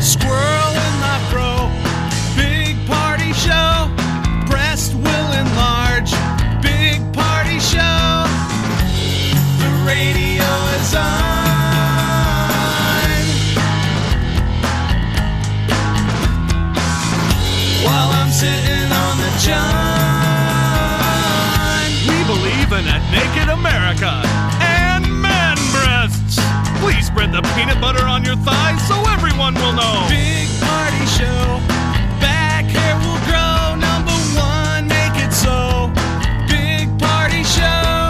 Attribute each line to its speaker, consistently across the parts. Speaker 1: Squirrel in my fro, big party show. Breast will enlarge, big party show. The radio is on. While I'm sitting on the john. We believe in a naked America and man breasts. Please spread the peanut butter on your thighs so everyone will know. Big party show. Back hair will grow. Number one, make it so. Big party show.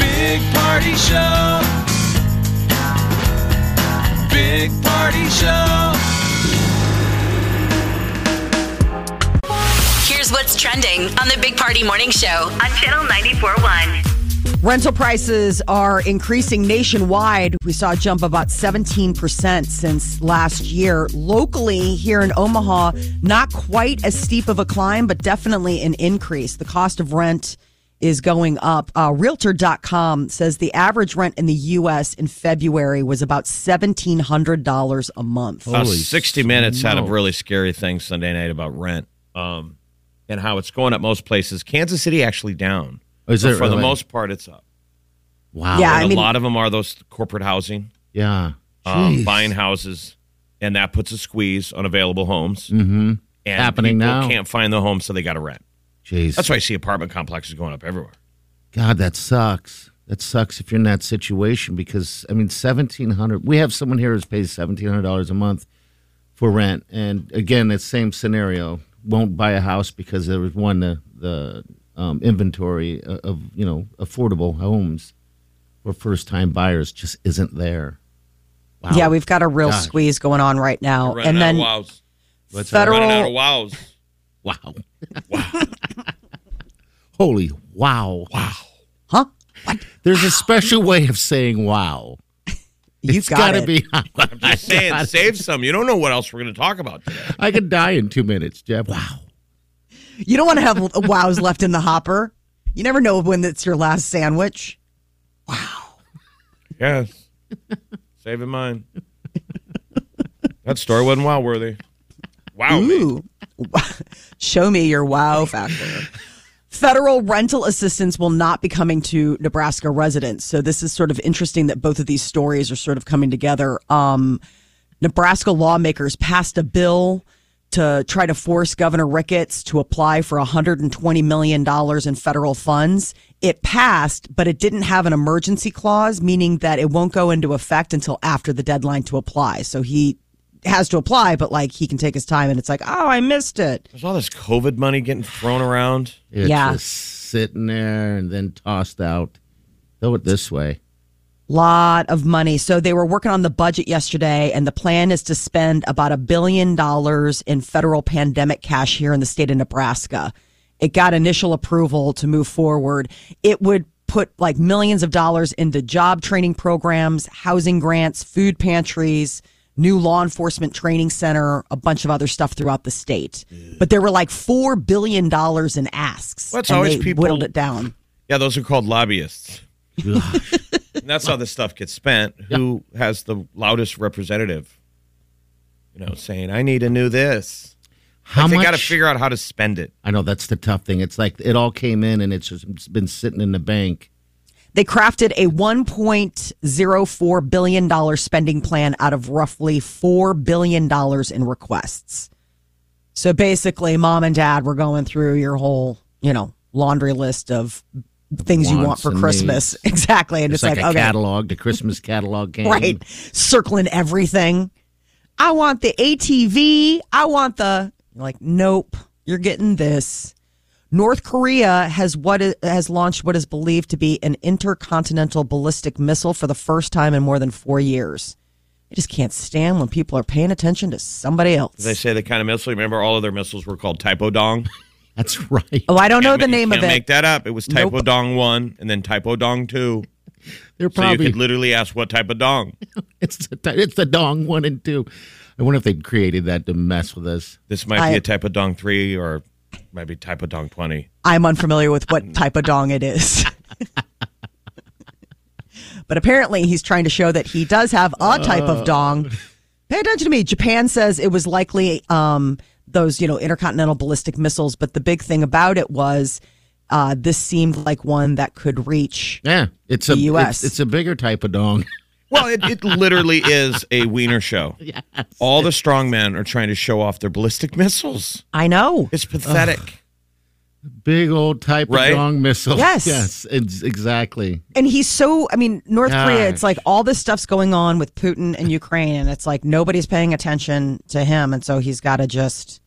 Speaker 1: Big party show. Big party show.
Speaker 2: Here's what's trending on the Big Party Morning Show on Channel 94.1.
Speaker 3: Rental prices are increasing nationwide. We saw a jump about 17% since last year. Locally, here in Omaha, not quite as steep of a climb, but definitely an increase. The cost of rent is going up. Uh, Realtor.com says the average rent in the U.S. in February was about $1,700 a month.
Speaker 4: Uh,
Speaker 5: Holy
Speaker 4: 60 Minutes had a
Speaker 5: smokes.
Speaker 4: really scary thing Sunday night about rent um, and how it's going up most places. Kansas City actually down.
Speaker 5: Is
Speaker 4: But
Speaker 5: it
Speaker 4: for the
Speaker 5: really?
Speaker 4: most part, it's up.
Speaker 5: Wow.
Speaker 3: Yeah,
Speaker 4: And
Speaker 3: I mean-
Speaker 4: a lot of them are those corporate housing,
Speaker 5: Yeah.
Speaker 4: um,
Speaker 5: Jeez.
Speaker 4: buying houses, and that puts a squeeze on available homes.
Speaker 5: Mm-hmm.
Speaker 4: And
Speaker 5: Happening
Speaker 4: people
Speaker 5: now.
Speaker 4: can't find the home, so they got to rent.
Speaker 5: Jeez.
Speaker 4: That's why I see apartment complexes going up everywhere.
Speaker 5: God, that sucks. That sucks if you're in that situation because I mean, seventeen hundred. We have someone here who pays seventeen hundred dollars a month for rent, and again, that same scenario. Won't buy a house because there was one the the um, inventory of, of you know affordable homes for first time buyers just isn't there. Wow.
Speaker 3: Yeah, we've got a real
Speaker 5: Gosh.
Speaker 3: squeeze going on right now.
Speaker 4: Running
Speaker 3: And
Speaker 4: out
Speaker 3: then
Speaker 4: of wows.
Speaker 5: What's that?
Speaker 3: federal.
Speaker 4: Running out of wows.
Speaker 5: Wow. Wow. Holy wow. Wow.
Speaker 3: Huh?
Speaker 5: There's a special way of saying wow.
Speaker 3: You've
Speaker 5: it's
Speaker 3: got
Speaker 5: gotta
Speaker 3: it.
Speaker 5: be.
Speaker 4: I'm just saying, save some. You don't know what else we're going to talk about today.
Speaker 5: I could die in two minutes, Jeff. Wow.
Speaker 3: You don't want to have wows left in the hopper. You never know when it's your last sandwich.
Speaker 4: Yes. Saving mine. that story wasn't wow worthy. Wow. me.
Speaker 3: Ooh. Show me your wow factor. Federal rental assistance will not be coming to Nebraska residents. So this is sort of interesting that both of these stories are sort of coming together. Um, Nebraska lawmakers passed a bill to try to force Governor Ricketts to apply for $120 million in federal funds. It passed, but it didn't have an emergency clause, meaning that it won't go into effect until after the deadline to apply. So he has to apply, but like he can take his time and it's like, oh, I missed it.
Speaker 4: There's all this COVID money getting thrown around.
Speaker 5: It's
Speaker 3: Yeah.
Speaker 5: just sitting there and then tossed out. Throw it this way.
Speaker 3: lot of money. So they were working on the budget yesterday, and the plan is to spend about a billion dollars in federal pandemic cash here in the state of Nebraska. It got initial approval to move forward. It would put like millions of dollars into job training programs, housing grants, food pantries, new law enforcement training center, a bunch of other stuff throughout the state. But there were like $4 billion in asks.
Speaker 4: Well, it's
Speaker 3: and
Speaker 4: always
Speaker 3: they
Speaker 4: people-
Speaker 3: whittled it down.
Speaker 4: Yeah, those are called lobbyists.
Speaker 5: Ugh.
Speaker 4: And that's how this stuff gets spent. Who has the loudest representative? You know, saying, I need a new this.
Speaker 5: How
Speaker 4: like,
Speaker 5: much?
Speaker 4: They got to figure out how to spend it.
Speaker 5: I know that's the tough thing. It's like it all came in and it's just been sitting in the bank.
Speaker 3: They crafted a $1.04 billion spending plan out of roughly $4 billion in requests. So basically, mom and dad were going through your whole, you know, laundry list of things you want
Speaker 5: wants
Speaker 3: for
Speaker 5: and
Speaker 3: Christmas.
Speaker 5: needs.
Speaker 3: Exactly. And
Speaker 5: It's,
Speaker 3: it's,
Speaker 5: like,
Speaker 3: like,
Speaker 5: a
Speaker 3: okay,
Speaker 5: catalog, the Christmas catalog game.
Speaker 3: right. Circling everything. I want the ATV. I want the, you're like, nope, you're getting this. North Korea has what is, has launched what is believed to be an intercontinental ballistic missile for the first time in more than four years. I just can't stand when people are paying attention to somebody else.
Speaker 4: They say the kind of missile. Remember, all of their missiles were called Typo Dong.
Speaker 5: That's right.
Speaker 3: oh, I don't know
Speaker 4: Can't
Speaker 3: the
Speaker 4: ma- you
Speaker 3: name of
Speaker 4: can't
Speaker 3: it.
Speaker 4: Make that up. It was Typo
Speaker 3: Nope.
Speaker 4: Dong one, and then Typo Dong two.
Speaker 5: They're
Speaker 4: So
Speaker 5: probably
Speaker 4: you could literally ask what type of dong.
Speaker 5: it's the it's the dong one and two. I wonder if they created that to mess with us.
Speaker 4: This might
Speaker 3: I-
Speaker 4: be a type of dong three, or might be type of dong twenty.
Speaker 3: I'm unfamiliar with what type of dong it is. but apparently, he's trying to show that he does have a type of dong. Pay attention to me. Japan says it was likely um, those, you know, intercontinental ballistic missiles. But the big thing about it was uh, this seemed like one that could reach.
Speaker 5: Yeah, it's a
Speaker 3: The US.
Speaker 5: It's, it's a bigger type of dong.
Speaker 4: Well, it, it literally is a wiener show. All the strongmen are trying to show off their ballistic missiles.
Speaker 3: I know.
Speaker 4: It's pathetic.
Speaker 5: Big old type
Speaker 4: Right?
Speaker 5: of dong missile.
Speaker 3: Yes.
Speaker 5: yes, it's exactly.
Speaker 3: And he's so, I mean, North Korea, it's
Speaker 5: Gosh.
Speaker 3: like all this stuff's going on with Putin and Ukraine, and it's like nobody's paying attention to him. And so he's got to just,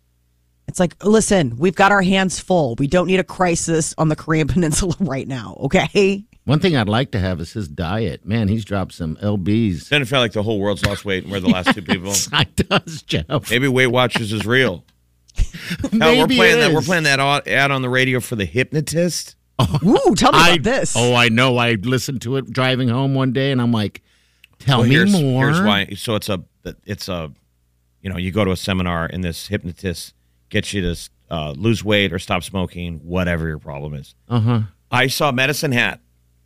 Speaker 3: it's like, listen, we've got our hands full. We don't need a crisis on the Korean Peninsula right now, okay?
Speaker 5: One thing I'd like to have is his diet. Man, he's dropped some lbs.
Speaker 4: Then it felt like the whole world's lost weight, and we're the last two people.
Speaker 5: I does, Jeff.
Speaker 4: Maybe Weight Watchers is real. Hell, we're
Speaker 5: Maybe it
Speaker 4: playing that. We're
Speaker 5: is.
Speaker 4: playing that au- ad on the radio for the hypnotist.
Speaker 3: Ooh, tell me
Speaker 5: I,
Speaker 3: about this.
Speaker 5: Oh, I know. I listened to it driving home one day, and I'm like, "Tell
Speaker 4: Well,
Speaker 5: me
Speaker 4: here's,
Speaker 5: more."
Speaker 4: Here's why. So it's a it's a you know you go to a seminar and this hypnotist gets you to uh, lose weight or stop smoking, whatever your problem is.
Speaker 5: Uh huh.
Speaker 4: I saw Medicine Hat,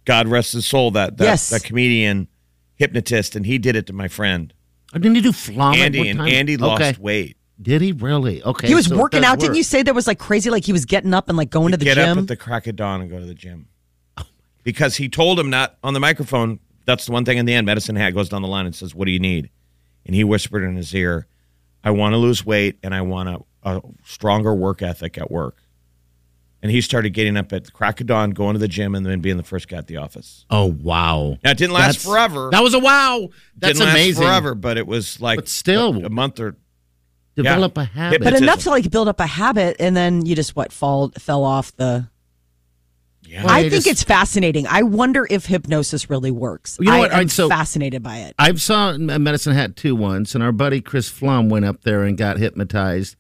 Speaker 4: God rest his soul, that that,
Speaker 3: Yes.
Speaker 4: that comedian hypnotist, and he did it to my friend
Speaker 5: Oh, didn't he do flom? at
Speaker 4: Andy,
Speaker 5: one
Speaker 4: and
Speaker 5: time?
Speaker 4: Andy lost
Speaker 5: Okay.
Speaker 4: weight.
Speaker 5: Did he really? Okay.
Speaker 3: he was
Speaker 5: so it
Speaker 3: working
Speaker 5: does
Speaker 3: out. Didn't
Speaker 5: work.
Speaker 3: you say there was like crazy, like he was getting up and like going to the
Speaker 4: Get up
Speaker 3: gym?
Speaker 4: at the crack of dawn and go to the gym because he told him not on the microphone. That's the one thing in the end. Medicine Hat goes down the line and says, "What do you need?" And he whispered in his ear, "I want to lose weight and I want a, a stronger work ethic at work." And he started getting up at the crack of dawn, going to the gym, and then being the first guy at the office.
Speaker 5: Oh wow.
Speaker 4: Now it didn't last
Speaker 5: That's-
Speaker 4: forever.
Speaker 5: That was a wow. That's
Speaker 4: didn't last
Speaker 5: amazing.
Speaker 4: forever, but it was like
Speaker 5: But still-
Speaker 4: a, a month or
Speaker 5: Develop
Speaker 4: Yeah.
Speaker 5: a habit.
Speaker 3: but
Speaker 4: it's
Speaker 3: enough
Speaker 4: just-
Speaker 3: to like build up a habit, and then you just what fall fell off the.
Speaker 4: Yeah.
Speaker 3: I
Speaker 5: Well,
Speaker 3: think
Speaker 5: just-
Speaker 3: it's fascinating. I wonder if hypnosis really works.
Speaker 5: You know
Speaker 3: I
Speaker 5: what?
Speaker 3: am
Speaker 5: Alright, so-
Speaker 3: fascinated by it.
Speaker 5: I've saw a Medicine Hat two once, and our buddy Chris Flum went up there and got hypnotized.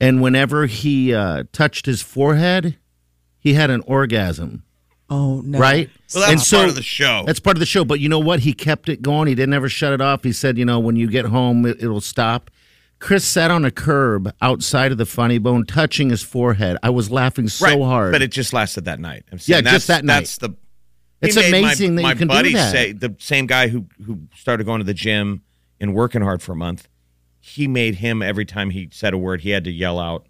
Speaker 5: And whenever he uh, touched his forehead, he had an orgasm.
Speaker 3: Oh no!
Speaker 5: Right?
Speaker 4: Well, that's part of the show.
Speaker 5: That's part of the show. But you know what? He kept it going. He didn't ever shut it off. He said, you know, when you get home, it, it'll stop. Chris sat on a curb outside of the funny bone, touching his forehead. I was laughing so
Speaker 4: right,
Speaker 5: hard.
Speaker 4: but it just lasted that night. I'm
Speaker 5: Yeah,
Speaker 4: saying
Speaker 5: just
Speaker 4: that's-
Speaker 5: that night.
Speaker 4: That's the.
Speaker 5: It's
Speaker 4: He made
Speaker 5: amazing that
Speaker 4: my,
Speaker 5: you
Speaker 4: my
Speaker 5: can do
Speaker 4: buddy
Speaker 5: that.
Speaker 4: Say, the same guy who who started going to the gym and working hard for a month, he made him every time he said a word, he had to yell out,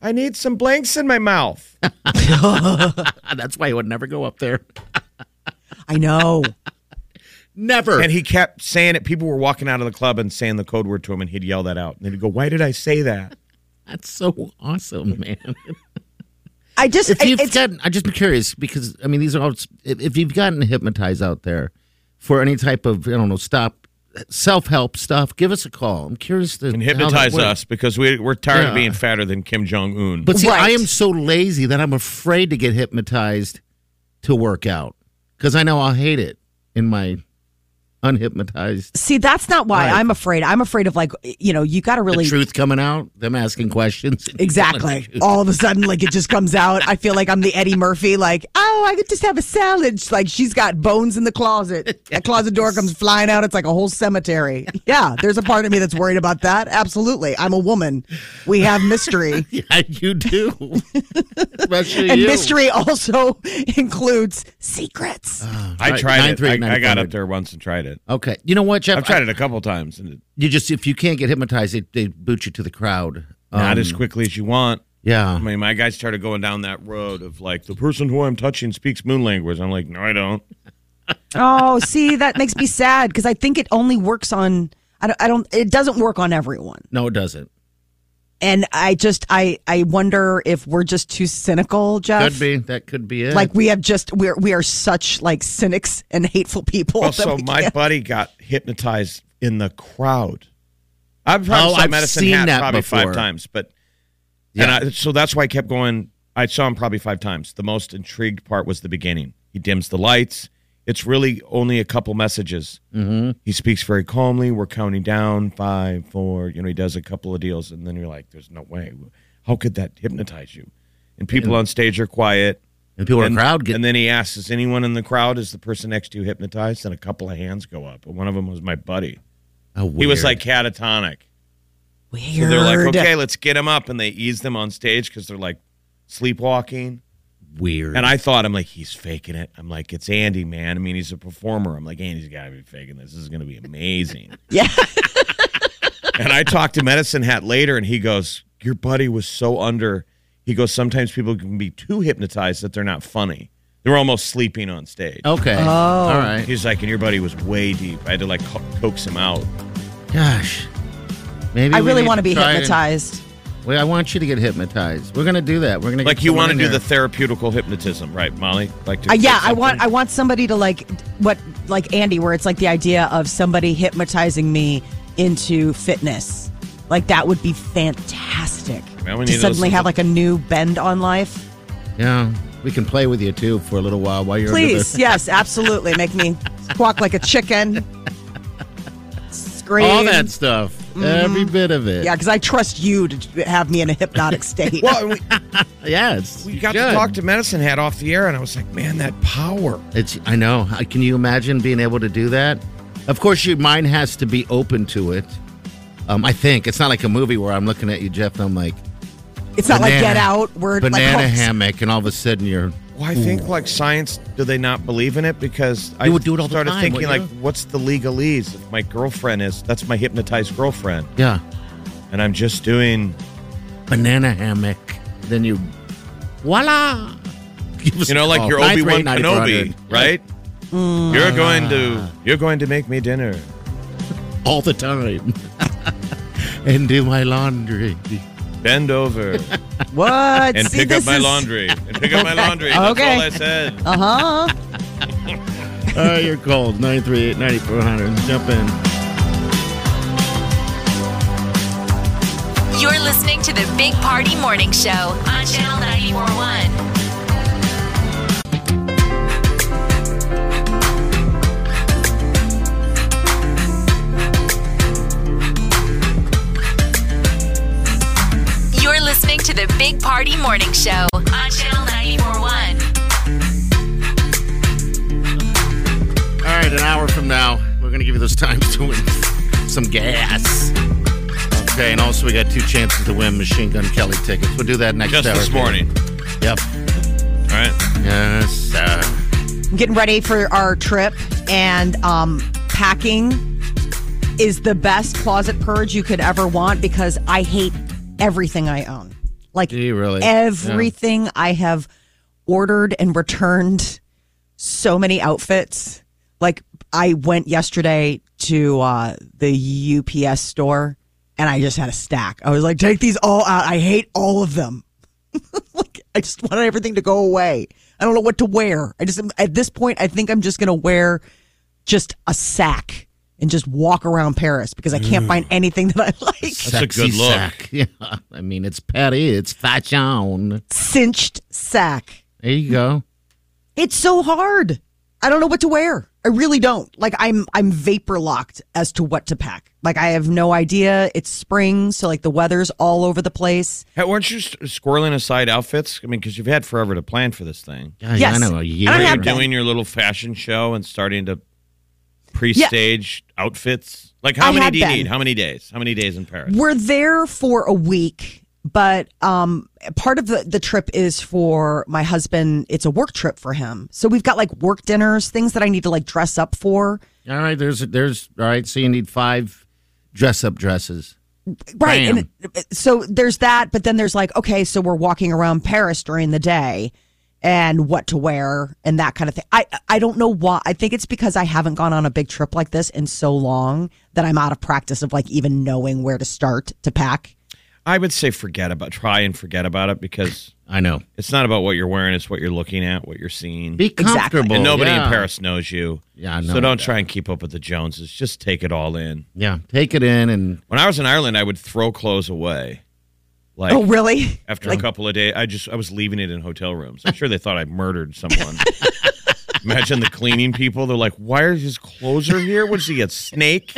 Speaker 4: "I need some blanks in my mouth."
Speaker 5: that's why he would never go up there.
Speaker 3: I know.
Speaker 5: Never.
Speaker 4: and he kept saying it. People were walking out of the club and saying the code word to him, and he'd yell that out. And he'd go, "Why did I say that?"
Speaker 5: that's so awesome, man.
Speaker 3: I just
Speaker 5: if
Speaker 3: I-
Speaker 5: you've
Speaker 3: it's,
Speaker 5: gotten, I just be curious because I mean these are all. If, if you've gotten hypnotized out there for any type of I don't know stop self help stuff, give us a call. I'm curious to
Speaker 4: And
Speaker 5: how that
Speaker 4: hypnotize
Speaker 5: works.
Speaker 4: us because we, we're tired
Speaker 5: Yeah.
Speaker 4: of being fatter than Kim Jong Un.
Speaker 5: But see, I
Speaker 3: Right.
Speaker 5: am so lazy that I'm afraid to get hypnotized to work out because I know I'll hate it in my unhypnotized.
Speaker 3: see that's not why
Speaker 5: Right.
Speaker 3: I'm afraid. I'm afraid of like you know you got to
Speaker 5: The
Speaker 3: really
Speaker 5: truth coming out, them asking questions.
Speaker 3: exactly. All of a sudden, like it just comes out. I feel like I'm the Eddie Murphy. Like oh, I could just have a salad. She's Like she's got bones in the closet. That closet door comes flying out. It's like a whole cemetery. Yeah, there's a part of me that's worried about that. Absolutely, I'm a woman. We have mystery.
Speaker 5: yeah, you do. Especially
Speaker 3: And
Speaker 5: you.
Speaker 3: mystery also includes secrets.
Speaker 4: I
Speaker 5: Ah, Right,
Speaker 4: tried it.
Speaker 5: 938,
Speaker 4: I, I got
Speaker 5: 900.
Speaker 4: up there once and tried it.
Speaker 5: Okay, you know what, Jeff?
Speaker 4: I've tried it a couple times, and it,
Speaker 5: you just if you can't get hypnotized, they, they boot you to the crowd.
Speaker 4: not
Speaker 5: Um,
Speaker 4: as quickly as you want. I
Speaker 5: Yeah,
Speaker 4: mean, my guy started going down that road of like the person who I'm touching speaks moon language. I'm like, no, I don't.
Speaker 3: Oh, see, that makes me sad because I think it only works on. I don't, I don't. It doesn't work on everyone,
Speaker 5: no, it doesn't.
Speaker 3: and I just. I. I wonder if we're just too cynical, Jeff.
Speaker 5: Could be that could be it.
Speaker 3: Uh, Like we have just. We're. We are such like cynics and hateful people. that
Speaker 4: Also,
Speaker 3: we
Speaker 4: my
Speaker 3: can't-
Speaker 4: buddy got hypnotized in the crowd. I've probably
Speaker 5: Oh,
Speaker 4: saw
Speaker 5: I've
Speaker 4: medicine
Speaker 5: seen
Speaker 4: hat
Speaker 5: that
Speaker 4: probably
Speaker 5: before.
Speaker 4: five times, but
Speaker 5: Yeah.
Speaker 4: and I, so that's why I kept going. I saw him probably five times. The most intrigued part was the beginning. He dims the lights. It's really only a couple messages. Mm-hmm. He speaks very calmly. We're counting down five, four. You know, he does a couple of deals, and then you're like, "There's no way. How could that hypnotize you?" And people on stage are quiet.
Speaker 5: And people in
Speaker 4: And-
Speaker 5: the crowd get
Speaker 4: and then he asks, "Is anyone in the crowd? Is the person next to you hypnotized?" And a couple of hands go up. And one of them was my buddy.
Speaker 5: How
Speaker 4: He was
Speaker 5: weird.
Speaker 4: like catatonic.
Speaker 3: Weird.
Speaker 4: So they're like, "Okay, let's get him up," and they ease them on stage because they're like sleepwalking.
Speaker 5: weird.
Speaker 4: And I thought, I'm like, he's faking it. I'm like, it's Andy, man. I mean, he's a performer. I'm like, Andy's got to be faking this. This is going to be amazing.
Speaker 3: Yeah.
Speaker 4: and I talked to Medicine Hat later, and he goes, Your buddy was so under. He goes, Sometimes people can be too hypnotized that they're not funny. They're almost sleeping on stage.
Speaker 5: okay. Oh. All right.
Speaker 4: He's like, And your buddy was way deep. I had to like co- coax him out.
Speaker 5: Gosh. Maybe
Speaker 3: I
Speaker 5: we
Speaker 3: really
Speaker 5: need
Speaker 3: want to be
Speaker 5: try and-
Speaker 3: hypnotized.
Speaker 5: Well, I want you to get hypnotized. We're gonna do that. We're gonna
Speaker 4: Like,
Speaker 5: get
Speaker 4: you
Speaker 5: someone
Speaker 4: want to
Speaker 5: in
Speaker 4: do
Speaker 5: here.
Speaker 4: the therapeutical hypnotism, right, Molly? Like, to
Speaker 3: Uh, yeah,
Speaker 4: fix
Speaker 3: I want
Speaker 4: something?
Speaker 3: I want somebody to like what like Andy, where it's like the idea of somebody hypnotizing me into fitness. Like that would be fantastic.
Speaker 4: Well, we
Speaker 3: to
Speaker 4: need to
Speaker 3: suddenly
Speaker 4: listen
Speaker 3: have
Speaker 4: to-
Speaker 3: like a new bend on life.
Speaker 5: Yeah, we can play with you too for a little while while you're under
Speaker 3: Please,
Speaker 5: the-
Speaker 3: yes, absolutely. Make me squawk like a chicken. Scream.
Speaker 5: all that stuff, every bit of it.
Speaker 3: Mm-hmm. Yeah, because I trust you to have me in a hypnotic state.
Speaker 4: Well, and we,
Speaker 5: yeah. It's,
Speaker 4: we
Speaker 5: you
Speaker 4: got
Speaker 5: should.
Speaker 4: to talk to Medicine Hat off the air, and I was like, man, that power.
Speaker 5: It's I know. I- Can you imagine being able to do that? Of course, your mind has to be open to it. Um, I think it's not like a movie where I'm looking at you, Jeff, and I'm like
Speaker 3: it's not like
Speaker 5: banana-
Speaker 3: Get Out. Word
Speaker 5: banana
Speaker 3: like, oh,
Speaker 5: hammock, and all of a sudden you're
Speaker 4: Well, I think like science, do they not believe in it? Because I
Speaker 5: would do it all the
Speaker 4: started
Speaker 5: time,
Speaker 4: thinking like,
Speaker 5: wouldn't you?
Speaker 4: what's the legalese? If my girlfriend is, that's my hypnotized girlfriend,
Speaker 5: yeah
Speaker 4: and I'm just doing,
Speaker 5: banana hammock. Then you voila.
Speaker 4: you know,
Speaker 5: Oh,
Speaker 4: like your Obi Wan Kenobi, right?
Speaker 5: Mm.
Speaker 4: You're going
Speaker 5: Ah.
Speaker 4: to you're going to make me dinner.
Speaker 5: all the time, and do my laundry.
Speaker 4: Bend over
Speaker 3: What?
Speaker 4: and
Speaker 3: See,
Speaker 4: pick
Speaker 3: this
Speaker 4: up my
Speaker 3: is-
Speaker 4: laundry and pick up my laundry.
Speaker 3: Okay.
Speaker 4: That's all I said.
Speaker 3: Uh-huh.
Speaker 5: All right, Uh, you're cold. 938 9400. Jump in.
Speaker 2: You're listening to the Big Party Morning Show on Channel 941. You're listening to the Big Party Morning Show on Channel 941.
Speaker 5: All right, an hour from now, we're going to give you those times to win some gas. Okay, and also we got two chances to win Machine Gun Kelly tickets. We'll do that next
Speaker 4: Just
Speaker 5: hour.
Speaker 4: this morning.
Speaker 5: Yep.
Speaker 4: All right.
Speaker 5: Yes, sir.
Speaker 3: I'm getting ready for our trip and um packing is the best closet purge you could ever want because I hate everything I own. Like
Speaker 5: Do you really?
Speaker 3: everything I have ordered and returned so many outfits. Like I went yesterday to uh, the UPS store and I just had a stack. I was like, take these all out. I hate all of them. like I just wanted everything to go away. I don't know what to wear. I just at this point I think I'm just gonna wear just a sack and just walk around Paris because I can't find anything that I like.
Speaker 4: That's a good look.
Speaker 5: sack. Yeah, I mean, it's petty. It's fashion.
Speaker 3: Cinched sack.
Speaker 5: There you go.
Speaker 3: It's so hard. I don't know what to wear. I really don't. Like I'm I'm vapor locked as to what to pack. Like I have no idea. It's spring, so like the weather's all over the place.
Speaker 4: Hey, weren't you s- squirreling aside outfits? I mean, because you've had forever to plan for this thing.
Speaker 5: Yeah,
Speaker 3: Yes.
Speaker 5: I know.
Speaker 3: I
Speaker 5: A
Speaker 3: don't
Speaker 5: year.
Speaker 4: Are
Speaker 3: have
Speaker 4: you
Speaker 3: been.
Speaker 4: doing your little fashion show and starting to pre-stage outfits? Like how
Speaker 3: I
Speaker 4: many
Speaker 3: have
Speaker 4: do you
Speaker 3: been.
Speaker 4: need? How many days? How many days in Paris?
Speaker 3: We're there for a week, but um part of the the trip is for my husband. It's a work trip for him. So we've got like work dinners, things that I need to like dress up for.
Speaker 5: All right, there's, there's, all right, so you need five dress up dresses.
Speaker 3: right
Speaker 5: Bam.
Speaker 3: and it- so there's that but then there's like okay so we're walking around paris during the day and what to wear and that kind of thing i i don't know why i think it's because i haven't gone on a big trip like this in so long that i'm out of practice of like even knowing where to start to pack
Speaker 4: I would say forget about try and forget about it because
Speaker 5: I know.
Speaker 4: it's not about what you're wearing, it's what you're looking at, what you're seeing.
Speaker 5: Be
Speaker 3: Exactly.
Speaker 5: comfortable.
Speaker 4: and nobody
Speaker 5: yeah.
Speaker 4: in Paris knows you.
Speaker 5: Yeah, I know
Speaker 4: So don't
Speaker 5: that.
Speaker 4: try and keep up with the Joneses. Just take it all in.
Speaker 5: Yeah, take it in and
Speaker 4: When I was in Ireland, I would throw clothes away. Like,
Speaker 3: oh, really?
Speaker 4: after a couple of days. I just I was leaving it in hotel rooms. I'm sure they thought I murdered someone. Imagine the cleaning people. They're like, "Why is his clothes are here? Was he a snake?"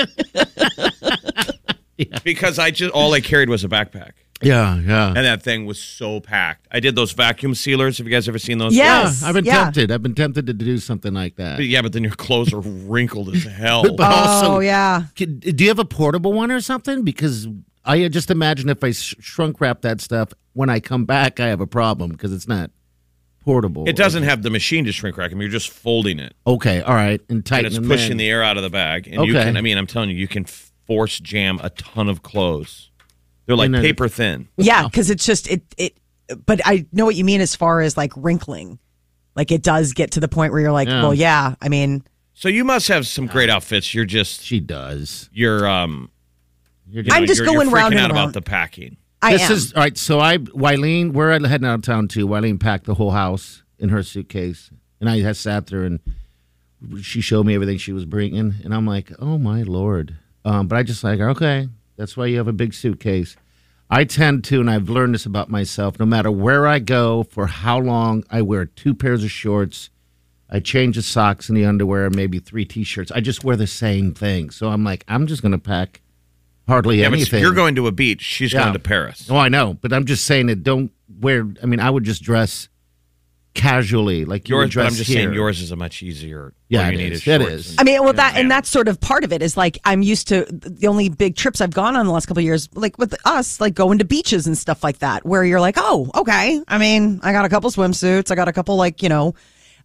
Speaker 4: Because I just all I carried was a backpack,
Speaker 5: Yeah, yeah.
Speaker 4: and that thing was so packed. I did those vacuum sealers. Have you guys ever seen those?
Speaker 3: Yes.
Speaker 5: uh, I've been
Speaker 3: yeah.
Speaker 5: tempted. I've been tempted to do something like that.
Speaker 4: But yeah, but then your clothes are wrinkled as hell.
Speaker 5: But
Speaker 3: Oh,
Speaker 5: also,
Speaker 3: yeah.
Speaker 5: could- do you have a portable one or something? Because I uh, just imagine if I sh- shrunk wrap that stuff, when I come back, I have a problem because it's not portable.
Speaker 4: It doesn't have the machine to shrink wrap them. You're just folding it,
Speaker 5: Okay, all right, and
Speaker 4: and
Speaker 5: tighten.
Speaker 4: it's
Speaker 5: them
Speaker 4: pushing
Speaker 5: in.
Speaker 4: the air out of the bag. And you
Speaker 5: Okay.
Speaker 4: can, I mean, I'm telling you, you can force jam a ton of clothes. They're like
Speaker 5: And then-
Speaker 4: paper thin.
Speaker 3: Yeah, because it's just it it. But I know what you mean as far as like wrinkling, like it does get to the point where you're like,
Speaker 5: Yeah.
Speaker 3: well, yeah. I mean,
Speaker 4: So you must have some great outfits. You're just
Speaker 5: She does.
Speaker 4: you're um.
Speaker 5: You're
Speaker 4: You know,
Speaker 3: I'm just
Speaker 4: you're,
Speaker 3: going
Speaker 4: you're freaking
Speaker 3: round and
Speaker 4: out about
Speaker 3: round.
Speaker 4: the packing.
Speaker 3: I
Speaker 5: this
Speaker 3: am.
Speaker 5: is all right. So I, Wileen, we're heading out of town too. Wileen packed the whole house in her suitcase, and I had sat there and she showed me everything she was bringing, and I'm like, oh my lord. Um, but I just like, okay, that's why you have a big suitcase. I tend to, and I've learned this about myself. No matter where I go, for how long, I wear two pairs of shorts. I change the socks and the underwear, and maybe three t-shirts. I just wear the same thing. So I'm like, I'm just gonna pack hardly
Speaker 4: Yeah, but
Speaker 5: anything.
Speaker 4: you're going to a beach. She's
Speaker 5: Yeah.
Speaker 4: going to Paris.
Speaker 5: Oh, I know, but I'm just saying that don't wear. I mean, I would just dress casually, like you would
Speaker 4: Yours, but
Speaker 5: dress
Speaker 4: I'm just
Speaker 5: here.
Speaker 4: saying yours is a much easier.
Speaker 5: Yeah,
Speaker 4: all you
Speaker 5: it
Speaker 4: need
Speaker 5: is.
Speaker 4: shorts
Speaker 5: It is.
Speaker 4: and-
Speaker 3: I mean, well, that
Speaker 4: man.
Speaker 3: and that's sort of part of it is like I'm used to the only big trips I've gone on the last couple of years, like with us, like going to beaches and stuff like that, where you're like, oh, okay. I mean, I got a couple swimsuits, I got a couple, like you know,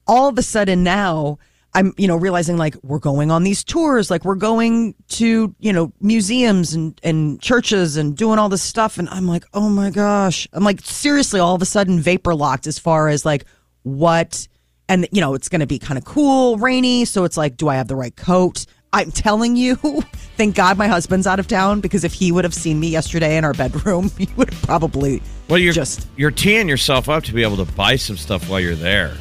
Speaker 3: all of a sudden now I'm, you know, realizing like we're going on these tours, like we're going to you know museums and and churches and doing all this stuff, and I'm like, oh my gosh, I'm like seriously, all of a sudden vapor locked as far as like what and you know it's going to be kind of cool rainy so it's like do i have the right coat i'm telling you thank god my husband's out of town because if he would have seen me yesterday in our bedroom he would have probably
Speaker 4: well, you're
Speaker 3: just
Speaker 4: you're teeing yourself up to be able to buy some stuff while you're there.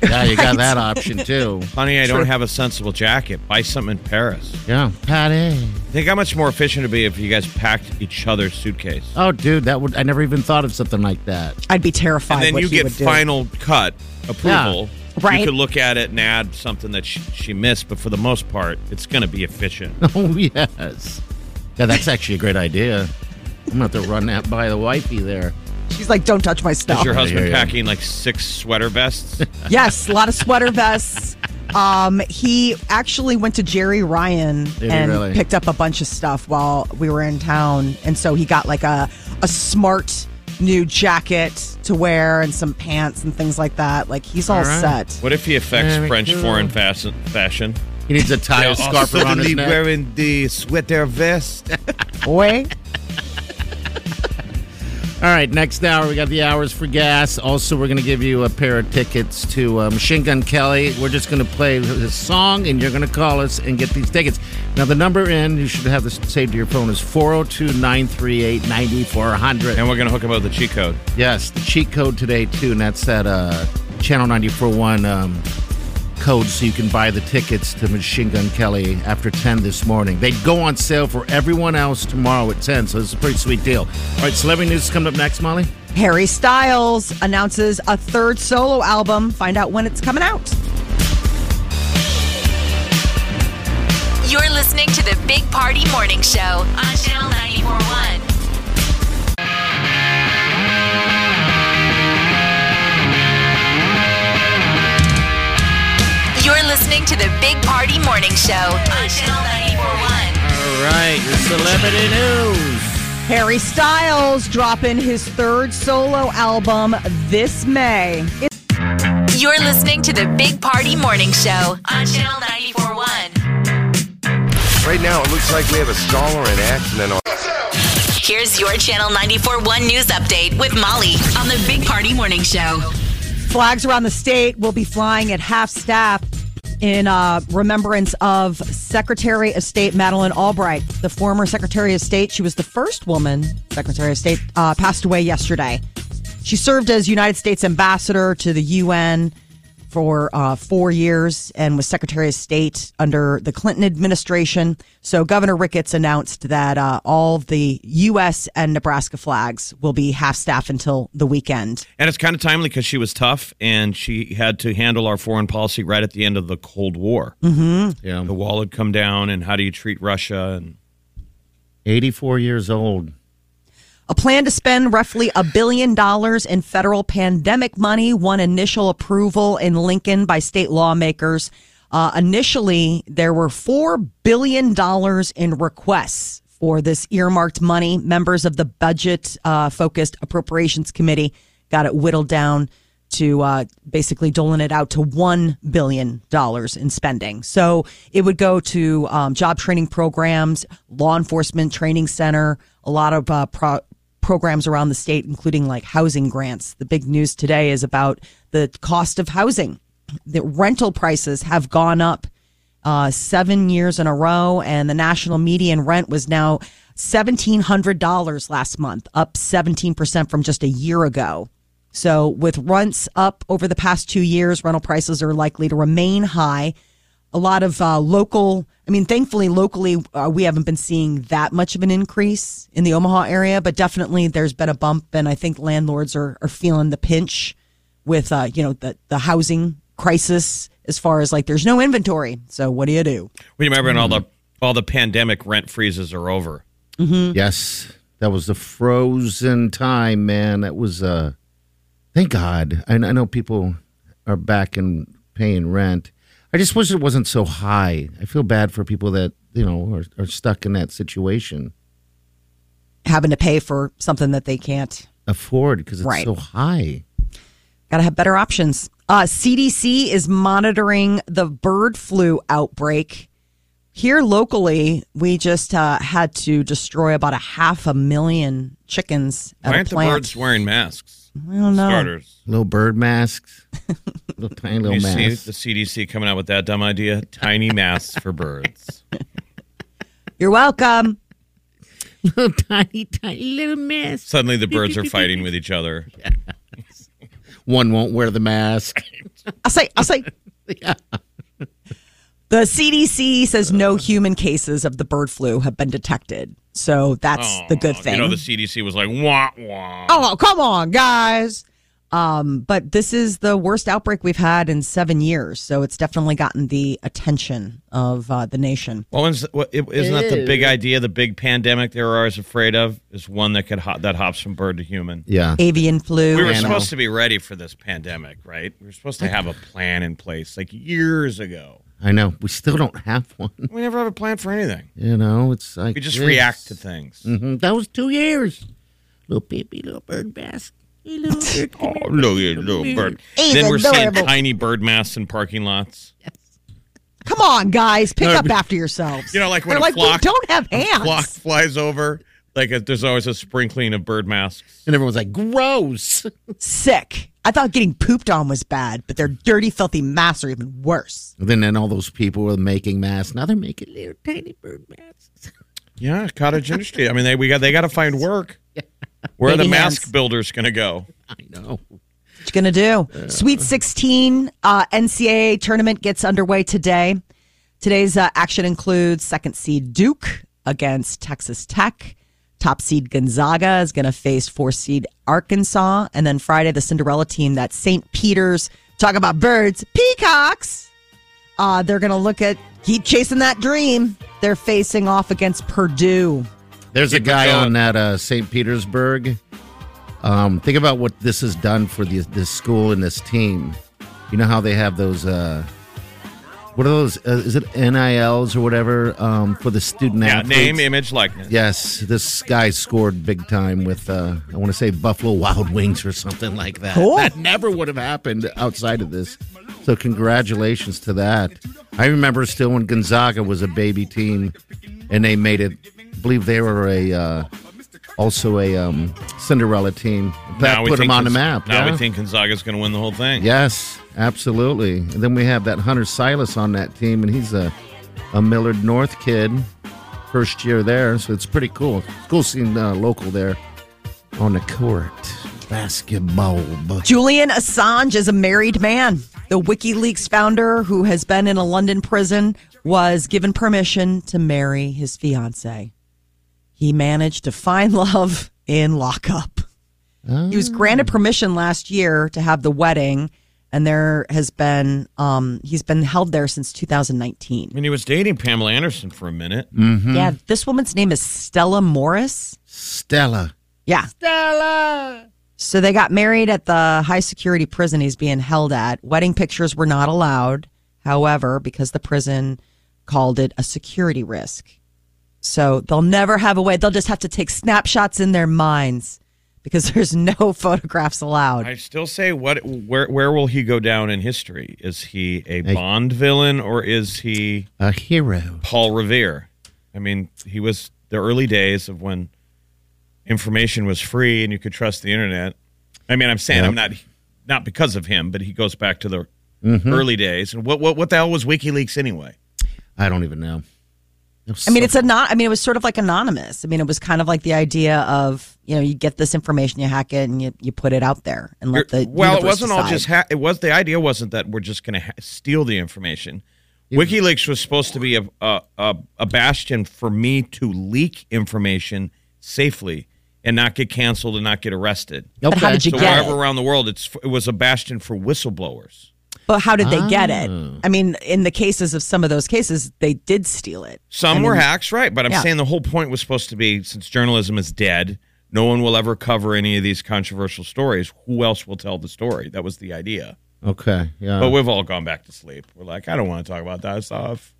Speaker 5: Yeah, you got that option too.
Speaker 4: Honey, I don't have a sensible jacket. Buy something in Paris.
Speaker 5: Yeah, Patty.
Speaker 4: Think how much more efficient it'd be if you guys packed each other's suitcase.
Speaker 5: Oh, dude, that would. I never even thought of something like that.
Speaker 3: i'd be terrified
Speaker 4: and then
Speaker 3: what
Speaker 4: you
Speaker 3: he
Speaker 4: get
Speaker 3: would do.
Speaker 4: final cut approval.
Speaker 3: Right.
Speaker 4: You could look at it and add something that she, she missed, but for the most part, it's going to be efficient.
Speaker 5: Oh yes. Yeah, that's actually a great idea. I'm gonna have to run that by the wifey there.
Speaker 3: she's like don't touch my
Speaker 4: Is
Speaker 3: stuff
Speaker 4: your
Speaker 5: I
Speaker 4: husband
Speaker 5: hear ya.
Speaker 4: packing like six sweater vests?
Speaker 3: yes a lot of sweater vests um, he actually went to jerry ryan
Speaker 5: he
Speaker 3: and
Speaker 5: really?
Speaker 3: picked up a bunch of stuff while we were in town and so he got like a, a smart new jacket to wear and some pants and things like that like he's all,
Speaker 5: right.
Speaker 3: set
Speaker 4: what if he affects
Speaker 5: Very
Speaker 4: French
Speaker 5: cool.
Speaker 4: foreign fas- fashion?
Speaker 5: He needs a tie or scarf around his neck.
Speaker 4: wearing the sweater vest.
Speaker 3: boy
Speaker 5: All right, next hour we got the hours for gas. Also, we're going to give you a pair of tickets to uh, Machine Gun Kelly. We're just going to play his song, and you're going to call us and get these tickets. Now, the number in you should have this saved to your phone is 402-938-9400.
Speaker 4: and we're going to hook him up with a cheat code.
Speaker 5: Yes, the cheat code today too, and that's that uh, Channel 94.1 um, code, so you can buy the tickets to Machine Gun Kelly after 10 this morning. They go on sale for everyone else tomorrow at 10, so it's a pretty sweet deal. All right, celebrity news coming up next, Molly.
Speaker 3: Harry Styles announces a third solo album. Find out when it's coming out.
Speaker 2: You're listening to the Big Party Morning Show on Channel 941. You're listening to the Big Party Morning Show on Channel 941.
Speaker 5: All right, your celebrity news.
Speaker 3: Harry Styles dropping his third solo album this May. It's
Speaker 2: You're listening to the Big Party Morning Show on Channel 941.
Speaker 6: Right now, it looks like we have a staller in action and all.
Speaker 2: Here's your Channel 941 news update with Molly on the Big Party Morning Show.
Speaker 3: flags around the state will be flying at half staff in uh, remembrance of Secretary of State Madeleine Albright, the former Secretary of State. She was the first woman Secretary of State, uh, passed away yesterday. She served as United States Ambassador to the UN. for uh, four years and was Secretary of State under the Clinton administration. So Governor Ricketts announced that uh, all of the U.S. and Nebraska flags will be half staff until the weekend.
Speaker 4: And it's kind of timely because she was tough and she had to handle our foreign policy right at the end of the Cold War.
Speaker 5: Yeah.
Speaker 4: The wall had come down, and how do you treat Russia? And
Speaker 5: 84 years old.
Speaker 3: A plan to spend roughly a billion dollars in federal pandemic money won initial approval in Lincoln by state lawmakers. Uh, initially, there were $4 billion in requests for this earmarked money. Members of the budget uh, focused appropriations committee got it whittled down to uh, basically doling it out to $1 billion in spending. So it would go to um, job training programs, law enforcement training center, a lot of uh, pro- programs around the state, including like housing grants. The big news today is about the cost of housing. The rental prices have gone up uh, seven years in a row, and the national median rent was now $1,700 last month, up 17% from just a year ago. So, with rents up over the past two years, rental prices are likely to remain high. A lot of uh, local, I mean, thankfully, locally, uh, we haven't been seeing that much of an increase in the Omaha area, but definitely there's been a bump, and I think landlords are, are feeling the pinch with, uh, you know, the, the housing crisis as far as like there's no inventory. So, what do you do?
Speaker 4: we remember when all the all the pandemic rent freezes are over.
Speaker 5: Yes. That was the frozen time, man. That was, uh, thank God. I, I know people are back and paying rent. I just wish it wasn't so high. I feel bad for people that, you know, are, are stuck in that situation.
Speaker 3: Having to pay for something that they can't
Speaker 5: Afford because it's
Speaker 3: Right.
Speaker 5: so high.
Speaker 3: Got to have better options. Uh, CDC is monitoring the bird flu outbreak. Here locally, we just uh, had to destroy about a half a million chickens at
Speaker 4: Why
Speaker 3: a
Speaker 4: aren't the
Speaker 3: plant. Oh.
Speaker 4: birds wearing masks?
Speaker 3: I don't know.
Speaker 4: Starters.
Speaker 5: Little bird masks, little tiny little
Speaker 4: You see
Speaker 5: masks.
Speaker 4: the CDC coming out with that dumb idea? Tiny masks for birds.
Speaker 3: You're welcome.
Speaker 5: little tiny, tiny little mask.
Speaker 4: Suddenly the birds are fighting with each other.
Speaker 5: One won't wear the mask.
Speaker 3: I'll say. I'll say. The CDC says no human cases of the bird flu have been detected, so that's the good
Speaker 4: Oh,
Speaker 3: thing.
Speaker 4: You know, the CDC was like, wah, wah.
Speaker 3: Oh, come on, guys. Um, but this is the worst outbreak we've had in seven years. So it's definitely gotten the attention of uh, the nation.
Speaker 4: Well, is, what, it- isn't that the big idea, the big pandemic they were always afraid of, is one that could ho- that hops from bird to human.
Speaker 5: Yeah.
Speaker 3: Avian flu.
Speaker 4: We were
Speaker 5: Animal.
Speaker 4: supposed to be ready for this pandemic, right? We were supposed to have a plan in place like years ago.
Speaker 5: I know. We still don't have one.
Speaker 4: We never have a plan for anything.
Speaker 5: You know, it's like
Speaker 4: We just
Speaker 5: this.
Speaker 4: react to things.
Speaker 5: hmm That was two years. Little baby, little bird mask. Hey, little bird. come here.
Speaker 4: Look at little bird.
Speaker 3: He's
Speaker 4: then we're
Speaker 3: adorable.
Speaker 4: seeing tiny bird masks in parking lots.
Speaker 3: Come on, guys. Pick up after yourselves.
Speaker 4: You know, like when
Speaker 3: They're
Speaker 4: a
Speaker 3: like,
Speaker 4: flock-
Speaker 3: we don't have
Speaker 4: a
Speaker 3: hands.
Speaker 4: Flock flies over. Like a, there's always a sprinkling of bird masks.
Speaker 5: And everyone's like, gross.
Speaker 3: Sick. I thought getting pooped on was bad, but their dirty, filthy masks are even worse.
Speaker 5: And then, then all those people were making masks. Now they're making little tiny bird masks.
Speaker 4: Yeah, cottage industry. I mean, they we got they got to find work. Where are the
Speaker 3: Baby
Speaker 4: mask
Speaker 3: hands.
Speaker 4: builders going to go?
Speaker 5: I
Speaker 3: What
Speaker 5: know.
Speaker 3: you gonna do? Sweet 16 uh, NCAA tournament gets underway today. Today's uh, action includes second seed Duke against Texas Tech. Top seed Gonzaga is gonna face four seed Arkansas, and then Friday the Cinderella team that's St. Peter's. Talk about birds, peacocks. Uh, they're gonna look at keep chasing that dream. They're facing off against Purdue.
Speaker 5: There's a
Speaker 4: Keep it
Speaker 5: guy
Speaker 4: going.
Speaker 5: on that uh, St. Petersburg. Um, think about what this has done for the, this school and this team. You know how they have those. Uh, what are those? Uh, is it NILs or whatever um, for the student
Speaker 4: Yeah,
Speaker 5: athletes?
Speaker 4: name, image, likeness.
Speaker 5: Yes, this guy scored big time with uh, I want to say Buffalo Wild Wings or something like that.
Speaker 3: Cool.
Speaker 5: That never would have happened outside of this. So congratulations to that. I remember still when Gonzaga was a baby team, and they made it. I believe they were a uh, also a um, Cinderella team. That
Speaker 4: Now we
Speaker 5: put them
Speaker 4: think
Speaker 5: on the
Speaker 4: Gonz-
Speaker 5: map.
Speaker 4: Now
Speaker 5: yeah.
Speaker 4: we think Gonzaga's going to win the whole thing.
Speaker 5: Yes, absolutely. And then we have that Hunter Silas on that team, and he's a, a Millard North kid, first year there. So it's pretty cool. School scene uh, local there on the court. Basketball.
Speaker 3: Julian Assange is a married man. The WikiLeaks founder, who has been in a London prison, was given permission to marry his fiancee. He managed to find love in lockup. He was granted permission last year to have the wedding, and there has been um, he's been held there since 2019.
Speaker 4: mean, he was dating Pamela Anderson for a minute.
Speaker 5: Mm.
Speaker 3: Yeah, this woman's name is Stella Morris.
Speaker 5: Stella.
Speaker 3: Yeah. Stella. So they got married at the high security prison he's being held at. Wedding pictures were not allowed, however, because the prison called it a security risk. So they'll never have a way. They'll just have to take snapshots in their minds because there's no photographs allowed.
Speaker 4: I still say, what? Where where will he go down in history? Is he a Bond villain or is he
Speaker 5: A hero.
Speaker 4: Paul Revere? I mean, he was the early days of when information was free and you could trust the internet. I mean, I'm saying I'm not not because of him, but he goes back to the early days. And what what what the hell was WikiLeaks anyway?
Speaker 5: I don't even know.
Speaker 3: I mean, it's a not. I mean, it was sort of like anonymous. I mean, it was kind of like the idea of you know you get this information, you hack it, and you, you put it out there and let the
Speaker 4: well, it
Speaker 3: universe
Speaker 4: wasn't all
Speaker 3: decide.
Speaker 4: just. Ha- it was the idea wasn't that we're just going to ha- steal the information. WikiLeaks was supposed to be a, a a a bastion for me to leak information safely and not get canceled and not get arrested.
Speaker 3: But how did you
Speaker 4: So
Speaker 3: get
Speaker 4: wherever
Speaker 3: it?
Speaker 4: around the world, it's it was a bastion for whistleblowers.
Speaker 3: But how did they get it? I mean, in the cases of some of those cases, they did steal it.
Speaker 4: Some were hacks, right? But I'm
Speaker 3: yeah.
Speaker 4: saying the whole point was supposed to be since journalism is dead, no one will ever cover any of these controversial stories. Who else will tell the story? That was the idea.
Speaker 5: Okay. Yeah.
Speaker 4: But we've all gone back to sleep. We're like, I don't want to talk about that stuff.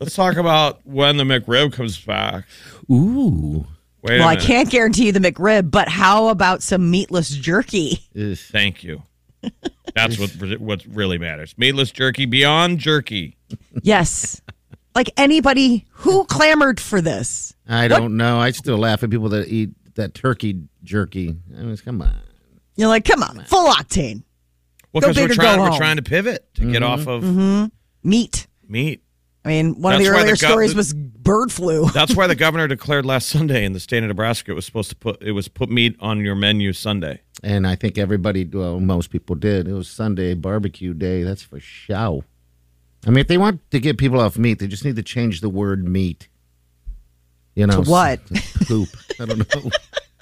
Speaker 4: Let's talk about when the McRib comes back.
Speaker 5: Ooh.
Speaker 4: Wait
Speaker 3: well,
Speaker 4: a
Speaker 3: I
Speaker 4: minute.
Speaker 3: can't guarantee you the McRib, but how about some meatless jerky?
Speaker 5: Ugh.
Speaker 4: Thank you. That's what what really matters. Meatless jerky beyond jerky.
Speaker 3: Yes. like anybody who clamored for this.
Speaker 5: I don't know. I still laugh at people that eat that turkey jerky. I mean, come on.
Speaker 3: You're like, come on, full octane
Speaker 4: Well,
Speaker 3: Go
Speaker 4: because
Speaker 3: big
Speaker 4: we're
Speaker 3: or go
Speaker 4: trying we're
Speaker 3: home. Mm-hmm.
Speaker 4: trying to pivot to get off of
Speaker 3: meat.
Speaker 4: meat.
Speaker 3: I mean, one of
Speaker 4: That's
Speaker 3: the
Speaker 4: why the
Speaker 3: earlier
Speaker 4: gov-
Speaker 3: stories was bird flu.
Speaker 4: That's why the governor declared last Sunday in the state of Nebraska it was supposed to put it was put meat on your menu Sunday.
Speaker 5: And I think everybody, well, most people did. It was Sunday barbecue day. That's for show. I mean, if they want to get people off meat, they just need to change the word meat. You know
Speaker 3: To what?
Speaker 5: s- Poop. I don't know.